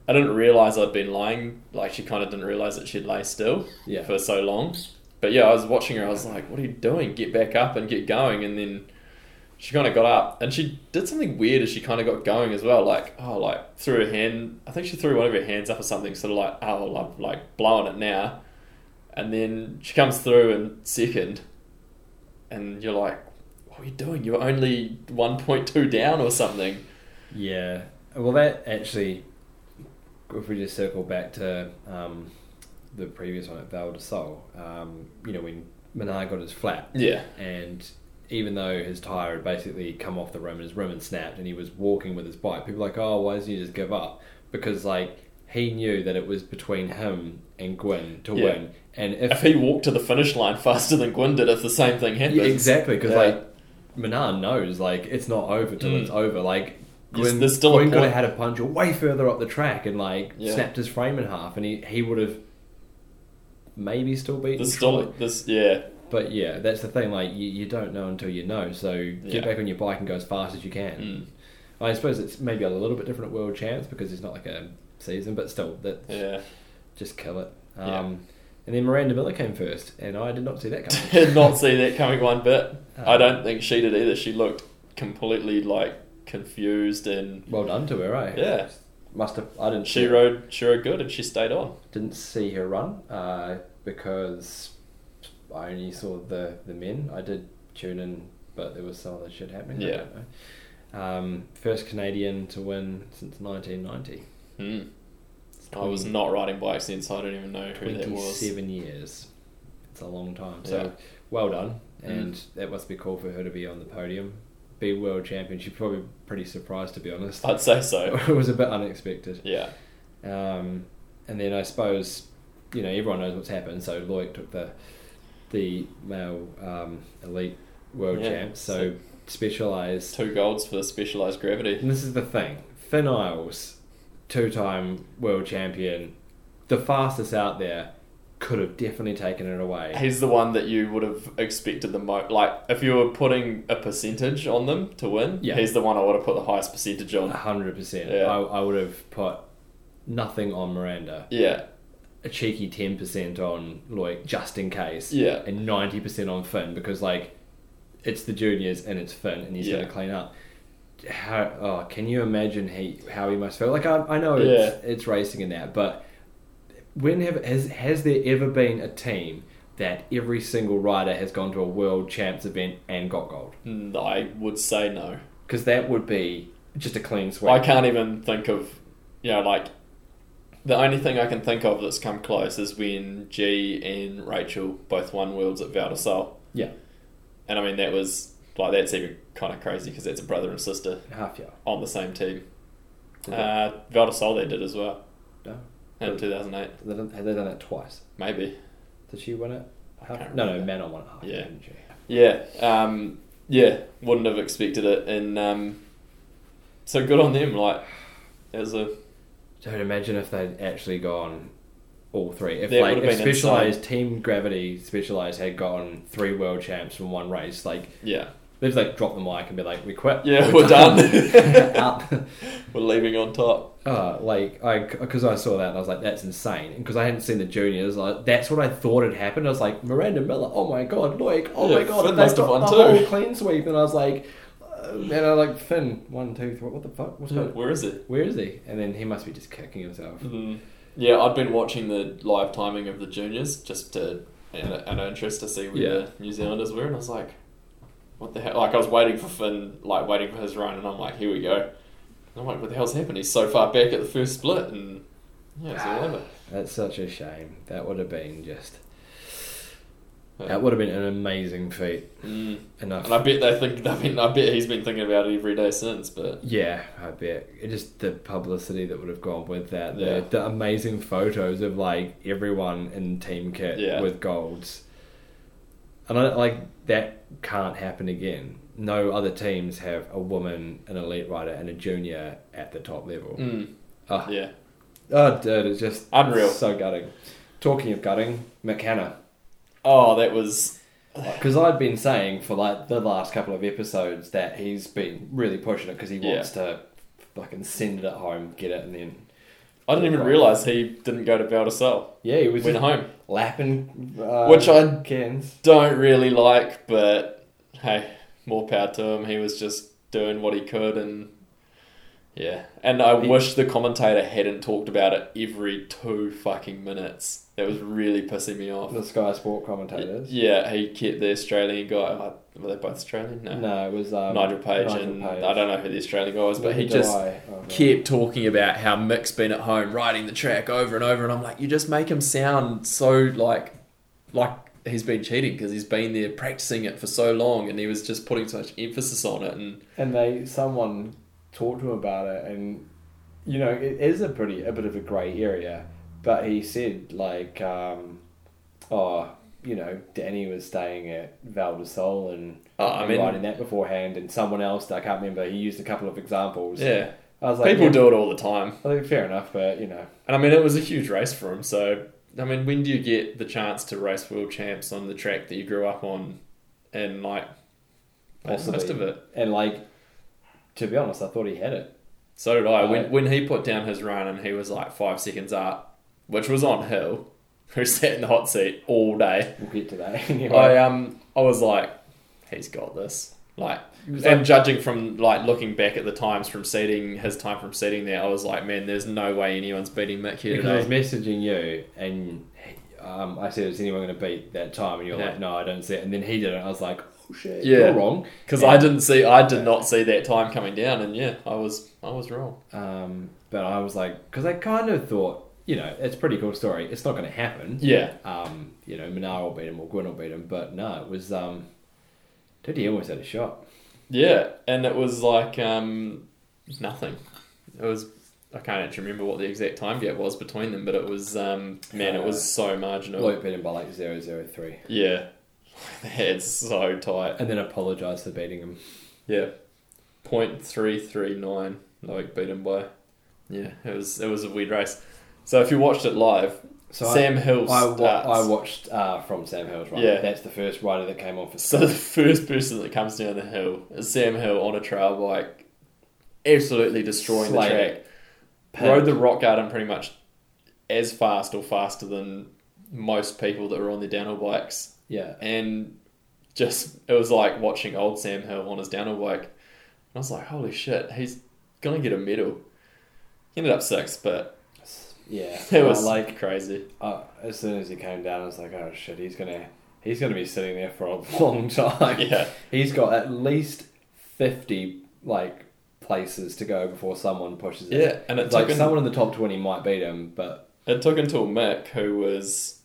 Speaker 2: I didn't realize I'd been lying." Like she kind of didn't realize that she'd lay still
Speaker 1: Yeah.
Speaker 2: for so long. But yeah, I was watching her. I was like, "What are you doing? Get back up and get going!" And then she kind of got up and she did something weird as she kind of got going as well. Like, oh, like threw her hand. I think she threw one of her hands up or something, sort of like, oh, I'm like blowing it now. And then she comes through in second, and you're like, what are you doing? You're only 1.2 down or something.
Speaker 1: up. Yeah. Well, that actually, if we just circle back to um, the previous one at Val de Sol, um, you know, when Minard got his flat,
Speaker 2: Yeah.
Speaker 1: and even though his tire had basically come off the rim and his rim had snapped and he was walking with his bike, people were like, oh, why doesn't he just give up? Because, like, he knew that it was between him and Gwyn to
Speaker 2: Yeah.
Speaker 1: win. And if,
Speaker 2: If he walked to the finish line faster than Gwyn did, if the same thing happened.
Speaker 1: Yeah, exactly, because,
Speaker 2: Yeah.
Speaker 1: like, Menard knows, like, it's not over till
Speaker 2: Mm.
Speaker 1: it's over. Like,
Speaker 2: Yes,
Speaker 1: Gwyn,
Speaker 2: there's still a
Speaker 1: Gwyn could have
Speaker 2: point.
Speaker 1: had a punch way further up the track and, like,
Speaker 2: Yeah.
Speaker 1: snapped his frame in half, and he, he would have maybe still beaten
Speaker 2: There's
Speaker 1: Troy.
Speaker 2: still, this, yeah,
Speaker 1: But yeah, that's the thing. Like you, you don't know until you know. So get
Speaker 2: Yeah.
Speaker 1: back on your bike and go as fast as you can.
Speaker 2: Mm.
Speaker 1: I suppose it's maybe a little bit different at World Champs because it's not like a season, but still, that
Speaker 2: yeah.
Speaker 1: just kill it. Um,
Speaker 2: Yeah.
Speaker 1: And then Miranda Miller came first, and I did not see that coming.
Speaker 2: did not see that coming one bit. I
Speaker 1: Um,
Speaker 2: don't think she did either. She looked completely like confused and
Speaker 1: Well done to her, eh?
Speaker 2: yeah.
Speaker 1: Must have. I didn't.
Speaker 2: She rode she rode good and she stayed on.
Speaker 1: Didn't see her run uh, because I only saw the the men. I did tune in, but there was some other shit happening. I
Speaker 2: Yeah.
Speaker 1: don't know. Um, first Canadian to win since 1990.
Speaker 2: Hmm. I was not riding bikes then, so I don't even know who that was.
Speaker 1: 27 years. It's a long time. So
Speaker 2: Yeah. Mm.
Speaker 1: well done. And that must be cool for her to be on the podium, be world champion. She's probably pretty surprised, to be honest.
Speaker 2: I'd say so.
Speaker 1: it was a bit unexpected.
Speaker 2: Yeah.
Speaker 1: Um, and then I suppose, you know, everyone knows what's happened. So Loic took the the male um, elite world
Speaker 2: Yeah.
Speaker 1: champ. So specialised.
Speaker 2: Two golds for specialized gravity.
Speaker 1: And this is the thing Finn Isles, two time world champion, the fastest out there, could have definitely taken it away.
Speaker 2: He's the one that you would have expected the most. Like, if you were putting a percentage on them to win,
Speaker 1: Yeah. Ah.
Speaker 2: he's the one I would have put the highest percentage on.
Speaker 1: hundred percent.
Speaker 2: Yeah.
Speaker 1: I, I would have put nothing on Miranda,
Speaker 2: Yeah.
Speaker 1: a cheeky ten percent on Loic just in case,
Speaker 2: Yeah.
Speaker 1: and ninety percent on Finn because like it's the juniors and it's Finn and he's
Speaker 2: Yeah.
Speaker 1: going to clean up. How oh, can you imagine he how he must feel? Like I, I know it's, it's racing and that, but when have has has there ever been a team that every single rider has gone to a world champs event and got gold?
Speaker 2: Mm, I would say no.
Speaker 1: Because that would be just a clean sweep.
Speaker 2: I can't even think of, you know, like the only thing I can think of that's come close is when G and Rachel both won worlds at Val de Sol.
Speaker 1: Yeah.
Speaker 2: And I mean, that was like, that's even kind of crazy because that's a brother and sister
Speaker 1: half year.
Speaker 2: on the same team.
Speaker 1: Yeah.
Speaker 2: Uh, Val de Sol they did as well
Speaker 1: No.
Speaker 2: in 2008,
Speaker 1: They done- Have they done it twice?
Speaker 2: maybe.
Speaker 1: Did she win it?
Speaker 2: can't
Speaker 1: Half? No, no,
Speaker 2: remember.
Speaker 1: Manon won it half,
Speaker 2: Yeah.
Speaker 1: didn't she?
Speaker 2: Yeah. Um, yeah. Wouldn't have expected it. And um, so good on them. Like, it was a.
Speaker 1: Dude, imagine if they'd actually gone all three. If
Speaker 2: That
Speaker 1: like
Speaker 2: would've
Speaker 1: if
Speaker 2: been insane.
Speaker 1: specialized team gravity specialized had gone three world champs from one race, like
Speaker 2: Yeah.
Speaker 1: they'd like drop the mic and be like, "We quit.
Speaker 2: Yeah, we're done.
Speaker 1: Out.
Speaker 2: We're leaving on top.
Speaker 1: Uh, like I, because I saw that and I was like, "That's insane." Because I hadn't seen the juniors, like that's what I thought had happened. I was like, "Miranda Miller, oh my god, Loic, oh my
Speaker 2: Yeah,
Speaker 1: god,
Speaker 2: Finn
Speaker 1: and they
Speaker 2: must have
Speaker 1: got
Speaker 2: won
Speaker 1: the
Speaker 2: too.
Speaker 1: whole clean sweep." And I was like, uh, "And I like Finn, one, two, three, what the fuck? What's going
Speaker 2: Where is it?
Speaker 1: Where is he? And then he must be just kicking himself.
Speaker 2: Mm-hmm. Yeah, I've been watching the live timing of the juniors just to an, an interest to see where
Speaker 1: Yeah.
Speaker 2: the New Zealanders were, and I was like, what the hell? Like I was waiting for Finn, like waiting for his run, and I'm like, here we go. And I'm like, what the hell's happened? He's so far back at the first split, and yeah, it's all over.
Speaker 1: That's such a shame. That would have been just That would have been an amazing feat.
Speaker 2: Mm.
Speaker 1: Enough.
Speaker 2: And I bet they think. I mean, I bet he's been thinking about it every day since. But
Speaker 1: Yeah, I bet. It just the publicity that would have gone with that. The,
Speaker 2: Yeah.
Speaker 1: the amazing photos of like everyone in team kit
Speaker 2: Yeah.
Speaker 1: with golds. And I, like that can't happen again. No other teams have a woman, an elite rider, and a junior at the top level.
Speaker 2: Mm.
Speaker 1: Ah.
Speaker 2: yeah,
Speaker 1: Oh, dude, it's just
Speaker 2: Unreal.
Speaker 1: So gutting. Talking of gutting, McKenna,
Speaker 2: oh, that was
Speaker 1: because I'd been saying for like the last couple of episodes that he's been really pushing it because he
Speaker 2: Yeah.
Speaker 1: wants to fucking send it at home, get it, and then
Speaker 2: I didn't even realise he didn't go to Baldassal.
Speaker 1: Yeah, he was
Speaker 2: Went
Speaker 1: just
Speaker 2: home.
Speaker 1: lapping. Uh,
Speaker 2: Which I-
Speaker 1: cans.
Speaker 2: Don't really like, but hey, more power to him. He was just doing what he could and yeah. And I
Speaker 1: He-
Speaker 2: wish the commentator hadn't talked about it every two fucking minutes. That was really pissing me off.
Speaker 1: The Sky Sport commentators.
Speaker 2: Yeah, he kept the Australian guy. Were they both Australian? No.
Speaker 1: No, it was um,
Speaker 2: Nigel Page
Speaker 1: Nigel
Speaker 2: and
Speaker 1: Page.
Speaker 2: I don't know who the Australian guy was, but
Speaker 1: Neither
Speaker 2: he
Speaker 1: do
Speaker 2: just
Speaker 1: I. Oh, no.
Speaker 2: kept talking about how Mick's been at home riding the track over and over, and I'm like, you just make him sound so like like he's been cheating because he's been there practicing it for so long, and he was just putting so much emphasis on it. And
Speaker 1: And they someone talked to him about it, and you know it is a pretty a bit of a grey area. But he said like, um, oh, you know, Danny was staying at Val de Sol and
Speaker 2: Oh, I mean-
Speaker 1: riding that beforehand, and someone else I can't remember. He used a couple of examples.
Speaker 2: yeah,
Speaker 1: I was like,
Speaker 2: people
Speaker 1: yeah,
Speaker 2: do it all the time,
Speaker 1: I think fair enough, but you know,
Speaker 2: and I mean, it was a huge race for him. So I mean, when do you get the chance to race world champs on the track that you grew up on, and like that's
Speaker 1: Possibly.
Speaker 2: most of it?
Speaker 1: and like, to be honest, I thought he had it.
Speaker 2: So did I.
Speaker 1: Right.
Speaker 2: When when he put down his run and he was like five seconds up, which was on Hill, who sat in the hot seat all day.
Speaker 1: We'll get to that anyway.
Speaker 2: I um I was like, he's got this. Like
Speaker 1: was
Speaker 2: and
Speaker 1: like-
Speaker 2: judging from like looking back at the times from seating his time from seating there, I was like, man, there's no way anyone's beating Mick here
Speaker 1: because I was
Speaker 2: today.
Speaker 1: messaging you, and um, I said, "Is anyone going to beat that time?" And you're
Speaker 2: Yeah.
Speaker 1: like, "No, I don't see it." And then he did it. And I was like, "Oh shit,
Speaker 2: Yeah.
Speaker 1: you're wrong."
Speaker 2: Because I didn't see, I did not see that time coming down, and yeah, I was, I was wrong.
Speaker 1: Um, but I was like, because I kind of thought, you know, it's a pretty cool story. It's not going to happen.
Speaker 2: Yeah,
Speaker 1: Um, you know, Minar will beat him or Gwyn will beat him, but no, it was. Um, dude, he almost had a shot.
Speaker 2: yeah, and it was like um nothing. It was I can't actually remember what the exact time gap was between them, but it was um man, it was so marginal.
Speaker 1: Lloyd beat him by Uh, like 003.
Speaker 2: Yeah, it's so tight.
Speaker 1: and then apologized for beating him.
Speaker 2: Yeah, point three three nine. Loic beat him by. Yeah, it was it was a weird race. So if you watched it live,
Speaker 1: So
Speaker 2: Sam Hill
Speaker 1: I, I, wa-
Speaker 2: starts.
Speaker 1: I watched uh, from Sam Hill's rider.
Speaker 2: Yeah.
Speaker 1: That's the first rider that came on for
Speaker 2: so the first person that comes down the hill is Sam Hill on a trail bike, absolutely destroying
Speaker 1: Slaying
Speaker 2: the track.
Speaker 1: it.
Speaker 2: Rode the rock garden pretty much as fast or faster than most people that were on their downhill bikes.
Speaker 1: Yeah.
Speaker 2: and just it was like watching old Sam Hill on his downhill bike. And I was like, holy shit, he's gonna get a medal. He ended up sixth, but
Speaker 1: Yeah,
Speaker 2: it was
Speaker 1: Oh, like
Speaker 2: like crazy.
Speaker 1: uh, as soon as he came down, I was like, oh shit, he's gonna he's gonna be sitting there for a long time.
Speaker 2: Yeah.
Speaker 1: he's got at least fifty like places to go before someone pushes it.
Speaker 2: Yeah, and it
Speaker 1: like
Speaker 2: took him-
Speaker 1: someone in the top twenty might beat him, but
Speaker 2: It took until Mick, who was,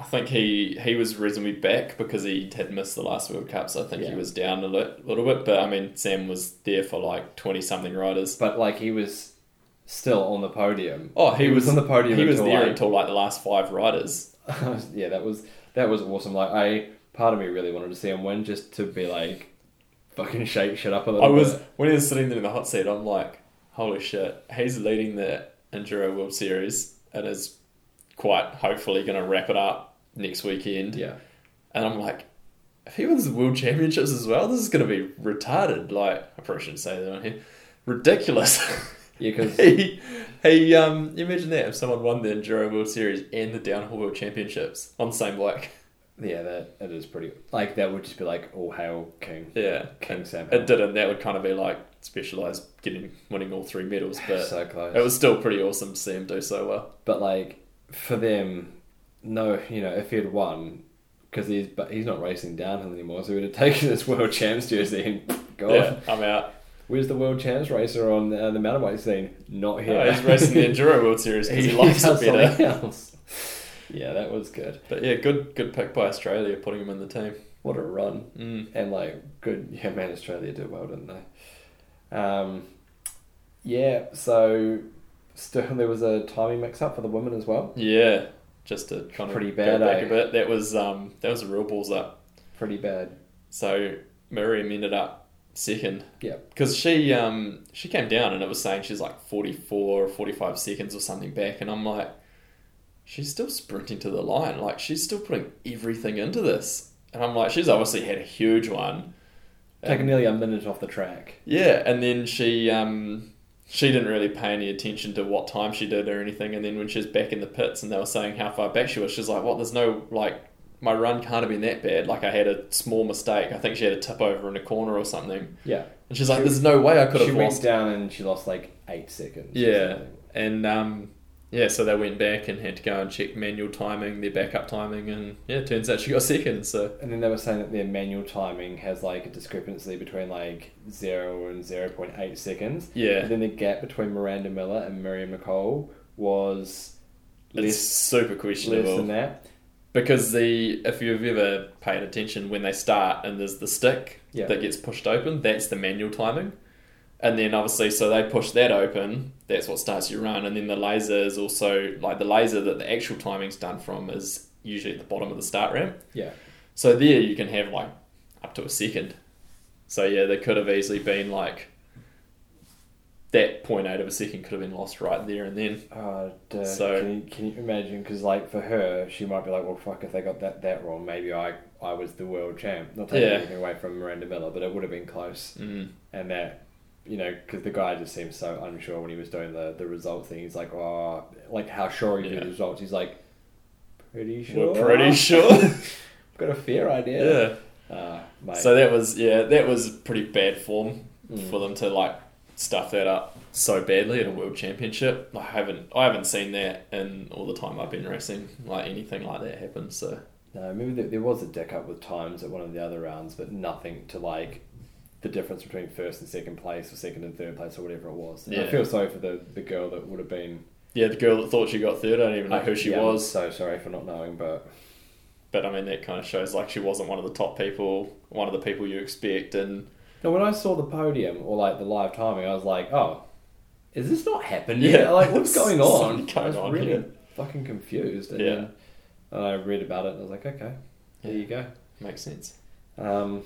Speaker 2: I think he he was reasonably back because he had missed the last World Cup, so I think
Speaker 1: Yeah.
Speaker 2: he was down a li- little bit. But I mean, Sam was there for like twenty something riders.
Speaker 1: but like he was still on the podium.
Speaker 2: Oh, he,
Speaker 1: He was on the podium
Speaker 2: He was
Speaker 1: until,
Speaker 2: there
Speaker 1: like-
Speaker 2: until like the last five riders.
Speaker 1: yeah, that was that was awesome. Like I, part of me really wanted to see him win just to be like, fucking shake shit up a little.
Speaker 2: I was
Speaker 1: bit.
Speaker 2: when he was sitting there in the hot seat. I'm like, holy shit, he's leading the Enduro World Series and is quite hopefully going to wrap it up next weekend.
Speaker 1: yeah.
Speaker 2: And I'm like, if he wins the World Championships as well, this is going to be retarded. Like, I probably shouldn't say that on here. Ridiculous.
Speaker 1: Yeah, 'cause-
Speaker 2: he, he, um, imagine that if someone won the Enduro World Series and the Downhill World Championships on the same bike.
Speaker 1: Yeah, that it is pretty. Like that would just be like all hail king.
Speaker 2: Yeah,
Speaker 1: King Sam.
Speaker 2: It didn't. That would kind of be like specialized getting winning all three medals, but
Speaker 1: so close.
Speaker 2: it was still pretty awesome to see him do so well.
Speaker 1: but like for them, no, you know, if he had won, because he's but he's not racing downhill anymore, so he'd have taken his world champs jersey and gone.
Speaker 2: Yeah, I'm out.
Speaker 1: Where's the world champs racer on uh, the mountain bike scene? Not here.
Speaker 2: Oh, he's racing the Enduro World Series because he, likes it
Speaker 1: does
Speaker 2: better.
Speaker 1: something else. Yeah, that was good.
Speaker 2: But yeah, good good pick by Australia putting him in the team.
Speaker 1: What a run.
Speaker 2: Mm.
Speaker 1: And like good yeah, man, Australia did well, didn't they? Um Yeah, so still there was a timing mix up for the women as well.
Speaker 2: Yeah, just to kind of
Speaker 1: Pretty bad,
Speaker 2: go back
Speaker 1: eh?
Speaker 2: a bit. That was um that was a real balls up.
Speaker 1: Pretty bad.
Speaker 2: So Miriam ended up second.
Speaker 1: Yeah.
Speaker 2: because she um she came down and it was saying she's like 44 or 45 seconds or something back and i'm like she's still sprinting to the line like she's still putting everything into this and i'm like she's obviously had a huge one
Speaker 1: Taking
Speaker 2: And-
Speaker 1: nearly a minute off the track.
Speaker 2: yeah and then she um she didn't really pay any attention to what time she did or anything and then when she was back in the pits and they were saying how far back she was she's like what there's no like my run can't have been that bad like i had a small mistake i think she had a tip over in a corner or something
Speaker 1: Yeah.
Speaker 2: and she's like there's no way i could
Speaker 1: She
Speaker 2: have
Speaker 1: went
Speaker 2: lost
Speaker 1: down and she lost like eight seconds. or
Speaker 2: Yeah,
Speaker 1: something.
Speaker 2: and um, yeah, so they went back and had to go and check manual timing, their backup timing, and yeah, turns out she got second. So
Speaker 1: And then they were saying that their manual timing has like a discrepancy between like zero and zero point eight seconds.
Speaker 2: yeah,
Speaker 1: And then the gap between Miranda Miller and Miriam Nicole was
Speaker 2: it's
Speaker 1: less,
Speaker 2: super
Speaker 1: less than
Speaker 2: questionable
Speaker 1: that.
Speaker 2: because the if you've ever paid attention when they start and there's the stick
Speaker 1: Yeah.
Speaker 2: that gets pushed open, that's the manual timing. And then obviously, so they push that open. That's what starts your run, and then the laser is also like the laser that the actual timing's done from is usually at the bottom of the start ramp.
Speaker 1: Yeah.
Speaker 2: So there you can have like up to a second. So yeah, there could have easily been like that 0.8 of a second could have been lost right there and then.
Speaker 1: Uh, duh,
Speaker 2: So-
Speaker 1: can, you, can you imagine? Because like for her, she might be like, "Well, fuck! If they got that that wrong, maybe I I was the world champ." Not taking
Speaker 2: Yeah.
Speaker 1: anything away from Miranda Miller, but it would have been close.
Speaker 2: Mm.
Speaker 1: And that, you know, because the guy just seemed so unsure when he was doing the the result thing. He's like, "Oh, like how sure are you
Speaker 2: Yeah.
Speaker 1: of the results?" He's like, "Pretty
Speaker 2: We're
Speaker 1: sure."
Speaker 2: pretty sure.
Speaker 1: Got a fair
Speaker 2: yeah.
Speaker 1: idea. Uh, mate.
Speaker 2: So that was yeah, that was pretty bad form
Speaker 1: Mm.
Speaker 2: for them to like stuff that up so badly at a world championship. I haven't I haven't seen that in all the time I've been racing, like anything like that happen. So
Speaker 1: No, maybe there, there was a deck up with times at one of the other rounds, but nothing to like the difference between first and second place or second and third place or whatever it was. And I
Speaker 2: Yeah.
Speaker 1: feel sorry for the, the girl that would have been.
Speaker 2: yeah, the girl that thought she got third, I don't even know who she
Speaker 1: Yeah, I'm
Speaker 2: was.
Speaker 1: so sorry for not knowing, but
Speaker 2: But I mean, that kind of shows like she wasn't one of the top people, one of the people you expect. And
Speaker 1: no, when I saw the podium or like the live timing, I was like, oh, is this not happening?
Speaker 2: Yeah.
Speaker 1: Yeah, like what's going on?
Speaker 2: Something going
Speaker 1: I was
Speaker 2: on
Speaker 1: really
Speaker 2: here.
Speaker 1: fucking confused. And
Speaker 2: Yeah.
Speaker 1: then and I read about it and I was like, okay, there you go.
Speaker 2: makes sense.
Speaker 1: Um,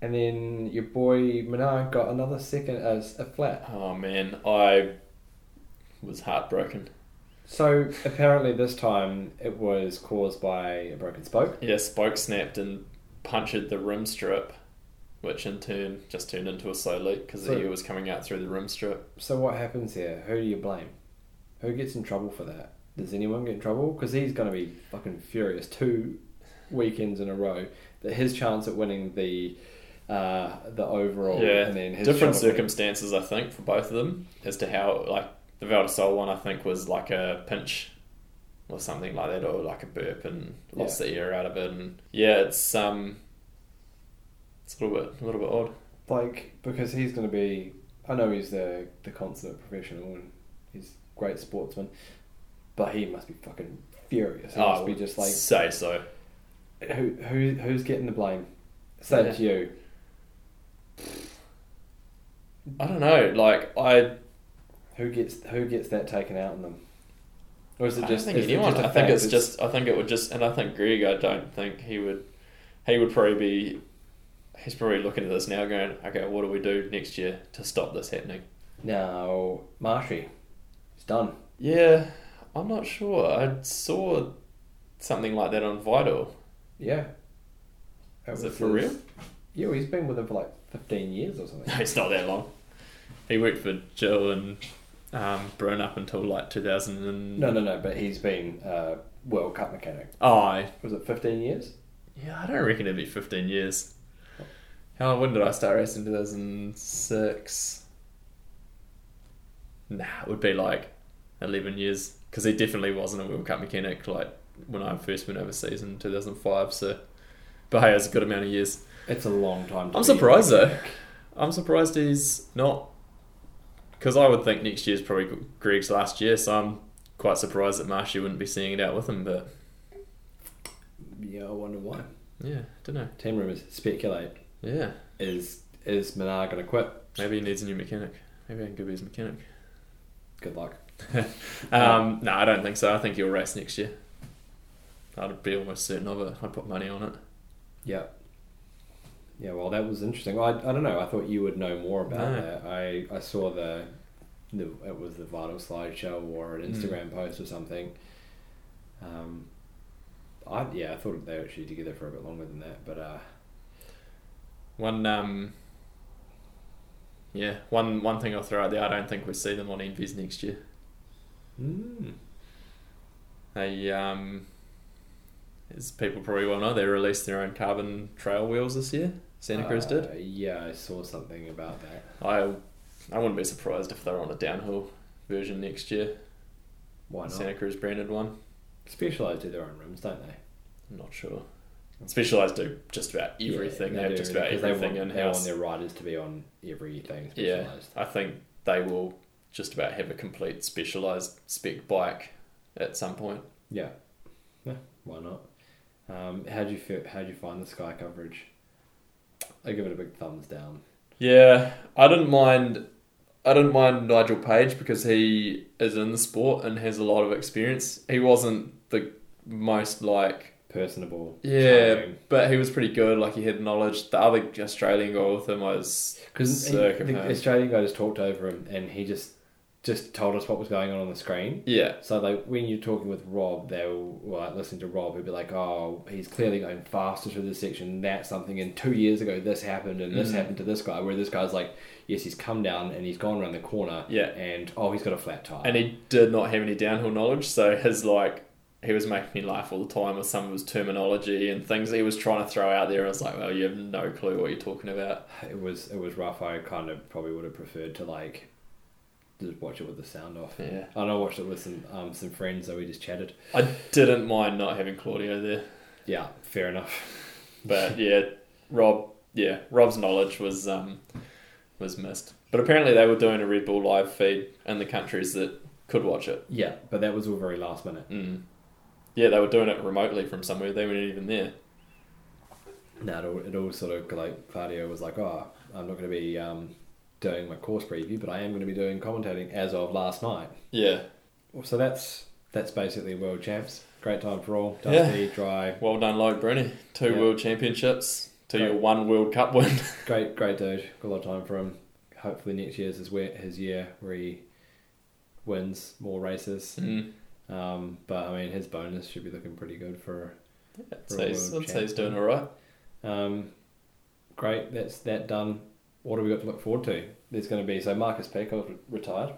Speaker 1: and then your boy Menard got another second as a flat.
Speaker 2: Oh man, I was heartbroken.
Speaker 1: So apparently this time it was caused by a broken spoke.
Speaker 2: Yeah, spoke snapped and punctured the rim strip, which in turn just turned into a slow leak because
Speaker 1: So-
Speaker 2: the air was coming out through the rim strip.
Speaker 1: So what happens here? Who do you blame? Who gets in trouble for that? Does anyone get in trouble? Because he's going to be fucking furious two weekends in a row that his chance at winning the uh, the overall
Speaker 2: yeah,
Speaker 1: and then his
Speaker 2: different
Speaker 1: shot at winning-
Speaker 2: circumstances I think for both of them as to how like the Valdesol one I think was like a pinch or something like that or like a burp and lost the air out of it and yeah, it's um, it's a little bit a little bit odd.
Speaker 1: like because he's going to be. I know he's the the consummate professional and he's a great sportsman, but he must be fucking furious. He
Speaker 2: I
Speaker 1: must be
Speaker 2: would
Speaker 1: just like
Speaker 2: Oh, say so.
Speaker 1: who who who's getting the blame? Say it's you.
Speaker 2: I don't know. Like I,
Speaker 1: Who gets who gets that taken out on them? Or is
Speaker 2: I
Speaker 1: it
Speaker 2: don't
Speaker 1: just
Speaker 2: think
Speaker 1: is it
Speaker 2: anyone.
Speaker 1: just a
Speaker 2: I think
Speaker 1: fact
Speaker 2: it's just. I think it would just. And I think Greg. I don't think he would. He would probably be. He's probably looking at this now, going, "Okay, what do we do next year to stop this happening?"
Speaker 1: now Marshy. It's done.
Speaker 2: Yeah, I'm not sure. I saw something like that on Vital.
Speaker 1: Yeah.
Speaker 2: Is
Speaker 1: was
Speaker 2: it for
Speaker 1: his-
Speaker 2: real?
Speaker 1: Yeah, well, he's been with him for like fifteen years or something.
Speaker 2: No, it's not that long. He worked for Jill and um, Bryn up until like 2000 and
Speaker 1: no, no, no. But he's been uh, World Cup mechanic.
Speaker 2: Oh, I-
Speaker 1: Was it fifteen years?
Speaker 2: Yeah, I don't reckon it'd be 15 years. How when did I start racing? 2006. Nah, it would be like 11 years because he definitely wasn't a World Cup mechanic like when I first went overseas in 2005. So, but hey, it's a good amount of years.
Speaker 1: It's a long time. To
Speaker 2: I'm
Speaker 1: be-
Speaker 2: surprised though. I'm surprised he's not because I would think next year's probably Greg's last year. So I'm quite surprised that Marshy wouldn't be seeing it out with him, but
Speaker 1: Yeah, I wonder why.
Speaker 2: yeah, don't know.
Speaker 1: Team rumors speculate
Speaker 2: Yeah,
Speaker 1: is is Minar going to quit?
Speaker 2: maybe he needs a new mechanic. Maybe I can go be his mechanic.
Speaker 1: Good luck.
Speaker 2: Um, no, I don't think so. I think he'll race next year. I'd be almost certain of it. I'd put money on it.
Speaker 1: Yeah. Yeah, well, that was interesting. I, I don't know. I thought you would know more about
Speaker 2: No.
Speaker 1: that. I, I saw the, the it was the vital slideshow or an
Speaker 2: Mm.
Speaker 1: Instagram post or something. Um, I yeah, I thought they were actually together for a bit longer than that, but uh,
Speaker 2: One, um, yeah, one one thing I'll throw out there. I don't think we see them on Envy's next year.
Speaker 1: mm,
Speaker 2: They, um, as people probably well know, they released their own carbon trail wheels this year. Santa Cruz did.
Speaker 1: uh, Yeah, I saw something about that.
Speaker 2: I, I wouldn't be surprised if they're on a downhill version next year.
Speaker 1: Why not?
Speaker 2: Santa Cruz branded one.
Speaker 1: Specialized do their own rims, don't they?
Speaker 2: I'm not sure. Specialized do just about everything.
Speaker 1: Yeah,
Speaker 2: they have
Speaker 1: do,
Speaker 2: just about
Speaker 1: 'cause they
Speaker 2: everything in
Speaker 1: want, they want
Speaker 2: house.
Speaker 1: their riders to be on everything.
Speaker 2: Yeah,
Speaker 1: Specialized.
Speaker 2: I think they will just about have a complete specialized spec bike at some point.
Speaker 1: Yeah. Yeah, why not? Um, how do you feel, how do you find the sky coverage? I give it a big thumbs down.
Speaker 2: Yeah, I didn't mind. I didn't mind Nigel Page because he is in the sport and has a lot of experience. He wasn't the most like
Speaker 1: Personable.
Speaker 2: yeah, but he was pretty good. Like he had knowledge. The other Australian guy with him was
Speaker 1: because
Speaker 2: Circa
Speaker 1: the
Speaker 2: Page.
Speaker 1: Australian guy just talked over him, and he just just told us what was going on on the screen.
Speaker 2: yeah,
Speaker 1: So like when you're talking with Rob, they'll well, like listen to Rob. He'll be like, "Oh, he's clearly going faster through this section. That's something." And two years ago, this happened, and this
Speaker 2: Mhm.
Speaker 1: happened to this guy. Where this guy's like, "Yes, he's come down and he's gone around the corner,
Speaker 2: yeah.
Speaker 1: and oh, he's got a flat tire."
Speaker 2: and he did not have any downhill knowledge. So his like he was making me laugh all the time with some of his terminology and things that he was trying to throw out there. I was like, well, you have no clue what you're talking about.
Speaker 1: It was it was rough. I kind of probably would have preferred to like just watch it with the sound off.
Speaker 2: Yeah,
Speaker 1: And I watched it with some um, some friends, so we just chatted.
Speaker 2: I didn't mind not having Claudio there,
Speaker 1: Yeah, fair enough.
Speaker 2: but yeah, Rob, yeah, Rob's knowledge was um was missed. But apparently they were doing a Red Bull live feed in the countries that could watch it.
Speaker 1: Yeah, but that was all very last minute.
Speaker 2: Mm. Yeah, they were doing it remotely from somewhere. They weren't even there.
Speaker 1: No, it all, it all sort of like Claudio was like, "Oh, I'm not going to be um, doing my course preview, but I am going to be doing commentating as of last night."
Speaker 2: Yeah,
Speaker 1: So that's that's basically world champs. Great time for all.
Speaker 2: Yeah.
Speaker 1: Dusty, dry,
Speaker 2: well done, Logan Bruni. Two
Speaker 1: Yeah.
Speaker 2: World Championships to your
Speaker 1: Great.
Speaker 2: one World Cup win.
Speaker 1: great, great dude. Got a lot of time for him. Hopefully next year's is where his year where he wins more races.
Speaker 2: Mm.
Speaker 1: Um, but I mean, his bonus should be looking pretty good for.
Speaker 2: So he's,
Speaker 1: World
Speaker 2: I'd say he's
Speaker 1: champion.
Speaker 2: doing all right.
Speaker 1: Um, great, that's that done. What have we got to look forward to? There's going to be so Marcus Pico retired.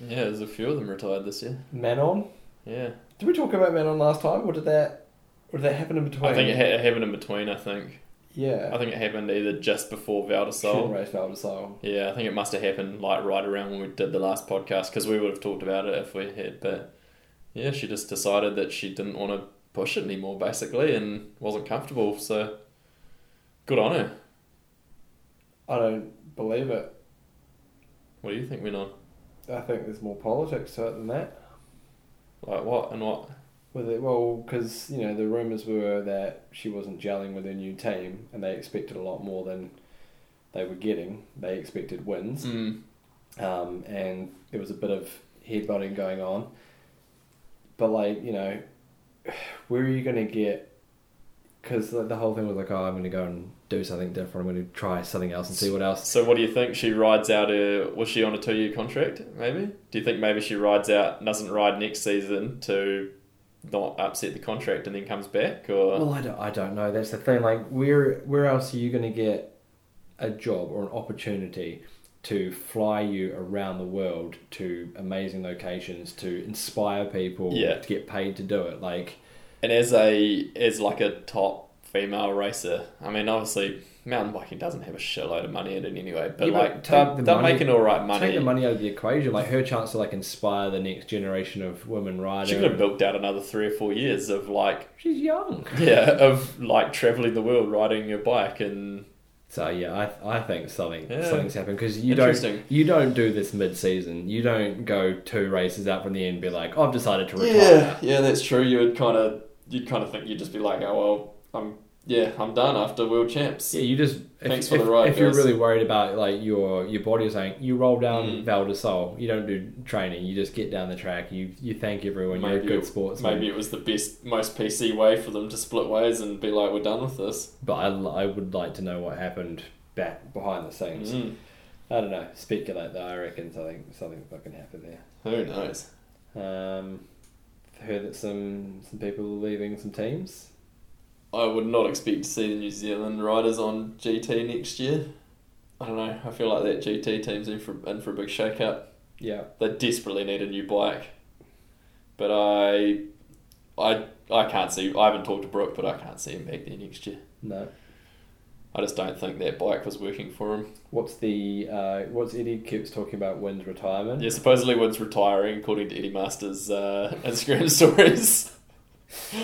Speaker 2: Yeah, there's a few of them retired this year.
Speaker 1: Manon,
Speaker 2: Yeah,
Speaker 1: did we talk about Manon last time, or did that, or did that happen in between?
Speaker 2: I think it, ha- it happened in between. I think I
Speaker 1: yeah,
Speaker 2: think it happened either just before
Speaker 1: Shouldn't
Speaker 2: Valdesol.
Speaker 1: race failed to sell.
Speaker 2: Yeah, I think it must have happened like right around when we did the last podcast because we would have talked about it if we had. But yeah, she just decided that she didn't want to push it anymore, basically, and wasn't comfortable. So good on her.
Speaker 1: I don't believe it.
Speaker 2: What do you think went on?
Speaker 1: I think there's more politics to it than that.
Speaker 2: Like what and what?
Speaker 1: With it, well, because you know the rumors were that she wasn't gelling with her new team, and they expected a lot more than they were getting. They expected wins,
Speaker 2: Mm.
Speaker 1: um, and there was a bit of headbutting going on. But like you know, where are you going to get? Because the the whole thing was like, oh, I'm going to go and do something different. I'm going to try something else and see what else.
Speaker 2: So what do you think? She rides out her was she on a two year contract, maybe? Do you think maybe she rides out doesn't ride next season to not upset the contract and then comes back or
Speaker 1: Well, I don't, I don't know. That's the thing. Like, where where else are you going to get a job or an opportunity to fly you around the world to amazing locations to inspire people
Speaker 2: Yeah.
Speaker 1: to get paid to do it? Like,
Speaker 2: and as a as like a top female racer, I mean obviously mountain biking doesn't have a shitload of money in it anyway, but
Speaker 1: Yeah, but
Speaker 2: like
Speaker 1: take
Speaker 2: they're,
Speaker 1: the
Speaker 2: they're
Speaker 1: money-
Speaker 2: making all right money.
Speaker 1: take the money out of the equation. Like, her chance to like inspire the next generation of women riders.
Speaker 2: She could have built out another three or four years of like
Speaker 1: She's young.
Speaker 2: yeah, of like traveling the world riding your bike and
Speaker 1: So yeah, I I think something
Speaker 2: Yeah.
Speaker 1: something's happened because you don't
Speaker 2: Interesting.
Speaker 1: you don't do this mid season. You don't go two races out from the end and be like, I've decided to retire.
Speaker 2: Yeah, yeah, that's true. You would kind of, you'd kind of think you'd just be like, oh well, I'm, yeah, I'm done after world champs.
Speaker 1: Yeah, you just if,
Speaker 2: Thanks for
Speaker 1: if-
Speaker 2: the ride,
Speaker 1: if you're
Speaker 2: guys.
Speaker 1: really worried about like your your body or something, you roll down
Speaker 2: Mm.
Speaker 1: Val de Sol. You don't do training. You just get down the track. You you thank everyone. you're a
Speaker 2: Maybe
Speaker 1: good
Speaker 2: it-
Speaker 1: sportsman.
Speaker 2: Maybe it was the best, most PC way for them to split ways and be like, we're done with this.
Speaker 1: But I, l- I would like to know what happened back behind the scenes.
Speaker 2: Mm,
Speaker 1: I don't know. Speculate though. I reckon something something fucking happened there.
Speaker 2: who knows?
Speaker 1: Um, heard that some some people are leaving some teams.
Speaker 2: I would not expect to see the New Zealand riders on GT next year. I don't know. I feel like that GT team's in for in for a big shake up.
Speaker 1: Yeah.
Speaker 2: They desperately need a new bike. But I, I, I can't see. I haven't talked to Brooke, but I can't see him back there next year.
Speaker 1: No.
Speaker 2: I just don't think that bike was working for him.
Speaker 1: What's the uh, what's Eddie keeps talking about Wynn's retirement?
Speaker 2: Yeah, supposedly Wood's retiring, according to Eddie Masters' uh, Instagram stories.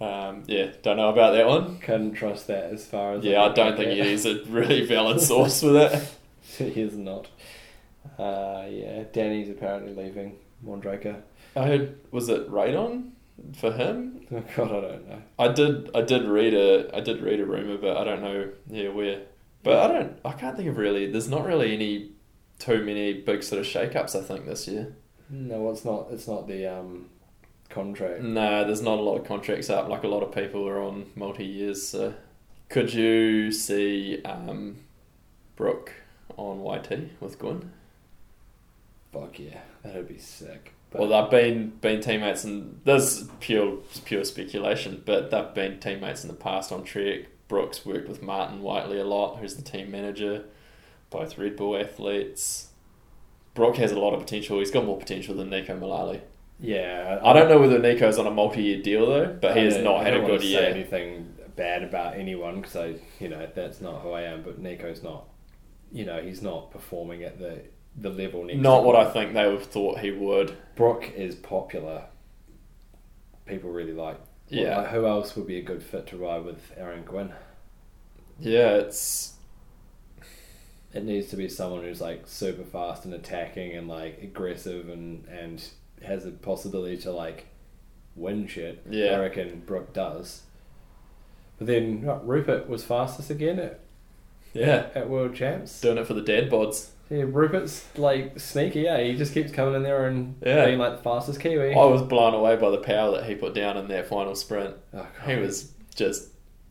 Speaker 2: um, yeah, don't know about that one.
Speaker 1: Couldn't trust that as far as
Speaker 2: Yeah, I don't think
Speaker 1: Yeah.
Speaker 2: Eddie's a really valid source for that.
Speaker 1: he is not. Uh, yeah, Danny's apparently leaving Mondraker.
Speaker 2: I heard, was it Radon for him?
Speaker 1: Oh God, I don't know.
Speaker 2: I did I did read a I did read a rumor, but I don't know yeah where. But I don't I can't think of really. There's not really any too many big sort of shake-ups, I think this year.
Speaker 1: No, it's not. It's not the um, contract.
Speaker 2: No, there's not a lot of contracts up. Like a lot of people are on multi years. So could you see um, Brooke on YT with Gwyn?
Speaker 1: Fuck yeah, that'd be sick.
Speaker 2: Well, they've been been teammates, and there's pure pure speculation, but they've been teammates in the past on Trek. Brooks worked with Martin Whiteley a lot, who's the team manager. Both Red Bull athletes. Brooke has a lot of potential. He's got more potential than Nico Mullally.
Speaker 1: yeah,
Speaker 2: I don't know whether Nico's on a multi-year deal though, but he
Speaker 1: I
Speaker 2: has
Speaker 1: don't-
Speaker 2: not
Speaker 1: I
Speaker 2: had
Speaker 1: don't
Speaker 2: a
Speaker 1: want
Speaker 2: good
Speaker 1: to say
Speaker 2: year.
Speaker 1: anything bad about anyone because I, you know, that's not who I am. But Nico's not. You know, he's not performing at the the level. Next
Speaker 2: Not what I think they would have thought he would.
Speaker 1: Brock is popular. People really like.
Speaker 2: Yeah.
Speaker 1: Like, who else would be a good fit to ride with Aaron Gwynn?
Speaker 2: Yeah, it's
Speaker 1: It needs to be someone who's like super fast and attacking and like aggressive and and has a possibility to like win shit.
Speaker 2: Yeah.
Speaker 1: I reckon Brooke does. But then uh, Rupert was fastest again at,
Speaker 2: yeah,
Speaker 1: at World Champs.
Speaker 2: doing it for the dad bods.
Speaker 1: Yeah, Rupert's like sneaky. Yeah, he just keeps coming in there and
Speaker 2: Yeah.
Speaker 1: being like the fastest Kiwi.
Speaker 2: I was blown away by the power that he put down in that final sprint.
Speaker 1: Oh,
Speaker 2: He
Speaker 1: God.
Speaker 2: was just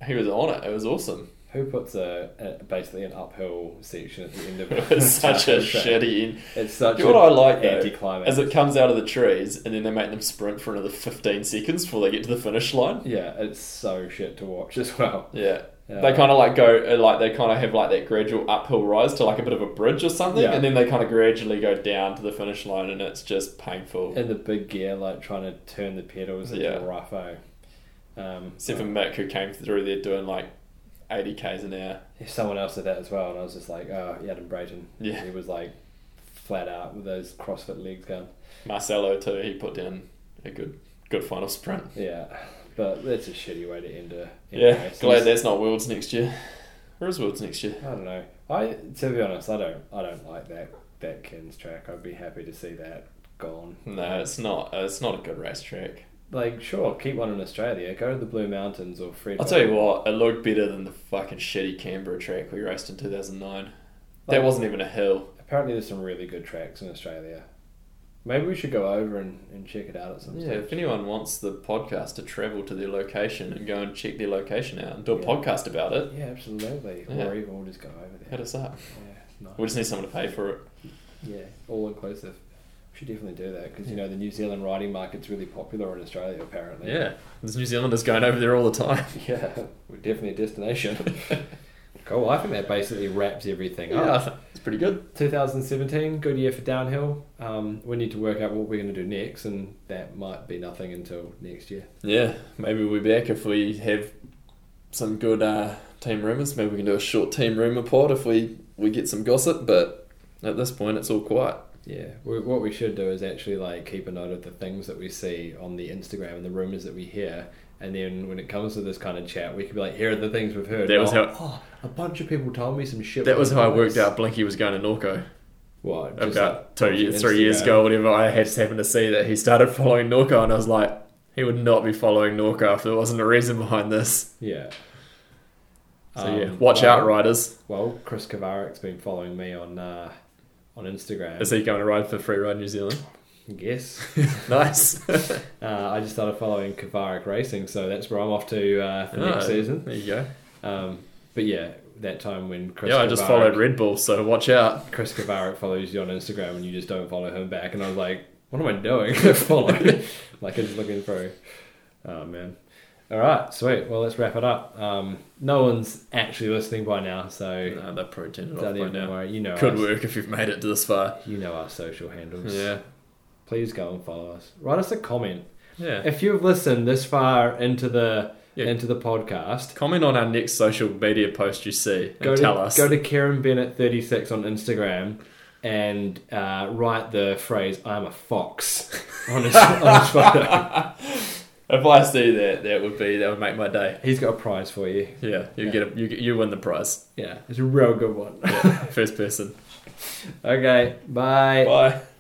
Speaker 2: he was on it. It was awesome.
Speaker 1: Who puts a, a basically an uphill section at the end of
Speaker 2: It was such a shitty end.
Speaker 1: It's such
Speaker 2: You know what I like though,
Speaker 1: anti-climax.
Speaker 2: as it comes out of the trees, and then they make them sprint for another fifteen seconds before they get to the finish line.
Speaker 1: yeah, it's so shit to watch as well.
Speaker 2: Yeah,
Speaker 1: Yeah.
Speaker 2: they kind of like go uh, like they kind of have like that gradual uphill rise to like a bit of a bridge or something,
Speaker 1: Yeah.
Speaker 2: and then they kind of gradually go down to the finish line, and it's just painful.
Speaker 1: Uh, in the big gear, like trying to turn the pedals into
Speaker 2: Yeah.
Speaker 1: yeah. rough. eh? Um,
Speaker 2: Except for Mick, who came through there doing like eighty k's an hour.
Speaker 1: someone else did that as well, and I was just like, oh, Adam Brayton.
Speaker 2: Yeah.
Speaker 1: He was like flat out with those CrossFit legs going.
Speaker 2: Marcelo too, he put down a good good final sprint.
Speaker 1: Yeah, but that's a shitty way to end a. End a
Speaker 2: Yeah,
Speaker 1: race.
Speaker 2: glad that's not Worlds next year. Or is Worlds next year?
Speaker 1: I don't know. I to be honest, I don't. I don't like that that Ken's track. I'd be happy to see that gone.
Speaker 2: No, it's not. It's not a good racetrack.
Speaker 1: Like, sure, keep one in Australia. Go to the Blue Mountains or Fred.
Speaker 2: I'll tell you what, it looked better than the fucking shitty Canberra track we raced in 2009. That
Speaker 1: Like-
Speaker 2: wasn't even a hill.
Speaker 1: Apparently, there's some really good tracks in Australia. Maybe we should go over and, and check it out at some
Speaker 2: Yeah,
Speaker 1: stage.
Speaker 2: if anyone wants the podcast to travel to their location and go and check their location out and do a
Speaker 1: Yeah.
Speaker 2: podcast about it,
Speaker 1: Yeah, absolutely.
Speaker 2: Yeah.
Speaker 1: Or even we'll just go over
Speaker 2: hit
Speaker 1: there.
Speaker 2: us up.
Speaker 1: Yeah,
Speaker 2: We
Speaker 1: nice.
Speaker 2: just need someone to pay for it.
Speaker 1: yeah, all inclusive. We should definitely do that because you know the New Zealand riding market's really popular in Australia apparently.
Speaker 2: Yeah, there's New Zealanders going over there all the time.
Speaker 1: yeah, we're definitely a destination. cool. I think that basically wraps everything
Speaker 2: yeah, I
Speaker 1: up.
Speaker 2: think it's pretty good.
Speaker 1: 2017, good year for downhill. Um, we need to work out what we're going to do next, and that might be nothing until next year.
Speaker 2: Yeah, maybe we'll be back if we have some good uh, team rumours. Maybe we can do a short team rumour pod if we, we get some gossip, but at this point it's all quiet.
Speaker 1: Yeah, we, what we should do is actually like keep a note of the things that we see on the Instagram and the rumors that we hear, And then when it comes to this kind of chat, we can be like, here are the things we've heard.
Speaker 2: That was
Speaker 1: Oh,
Speaker 2: how-
Speaker 1: oh, a bunch of people told me some shit.
Speaker 2: That was how I worked
Speaker 1: this."
Speaker 2: out Blinky was going to Norco.
Speaker 1: What? just
Speaker 2: About
Speaker 1: like
Speaker 2: two,
Speaker 1: watching
Speaker 2: years, three years
Speaker 1: Instagram?
Speaker 2: ago, whatever, I had just happened to see that he started following Norco, and I was like, he would not be following Norco if there wasn't a reason behind this.
Speaker 1: Yeah.
Speaker 2: So
Speaker 1: Um,
Speaker 2: yeah, watch
Speaker 1: well-
Speaker 2: out, riders.
Speaker 1: Well, Chris Kavarek's been following me on uh, on Instagram.
Speaker 2: Is he going to ride for Free Ride New Zealand?
Speaker 1: Yes.
Speaker 2: nice.
Speaker 1: uh, I just started following Kavarek Racing, so that's where I'm off to uh, for next
Speaker 2: Oh,
Speaker 1: season.
Speaker 2: There you go.
Speaker 1: Um, but yeah, that time when Chris
Speaker 2: yeah, I just
Speaker 1: Kavarik-
Speaker 2: followed Red Bull, so watch out.
Speaker 1: Chris Kavarik follows you on Instagram and you just don't follow him back, and I was like, what am I doing? follow, like it's looking through. Oh man. All right, sweet. Well, let's wrap it up. Um, no one's actually listening by now, so
Speaker 2: No, they've Uh, probably turned it off
Speaker 1: don't
Speaker 2: by
Speaker 1: even
Speaker 2: now.
Speaker 1: worry. You know,
Speaker 2: Could
Speaker 1: us.
Speaker 2: work if you've made it to this far.
Speaker 1: You know our social handles.
Speaker 2: Yeah.
Speaker 1: Please go and follow us. Write us a comment.
Speaker 2: Yeah.
Speaker 1: If you've listened this far into the
Speaker 2: Yeah.
Speaker 1: into the podcast,
Speaker 2: Comment on our next social media post you see
Speaker 1: go
Speaker 2: and tell
Speaker 1: to,
Speaker 2: us.
Speaker 1: Go to Karen Bennett thirty six on Instagram and uh, write the phrase "I'm a fox" on his, on his photo.
Speaker 2: if I see that, that would be that would make my day.
Speaker 1: He's got a prize for you.
Speaker 2: Yeah, you
Speaker 1: Yeah.
Speaker 2: get a, you get- you win the prize.
Speaker 1: Yeah, it's a real good one.
Speaker 2: First person.
Speaker 1: okay, bye.
Speaker 2: Bye.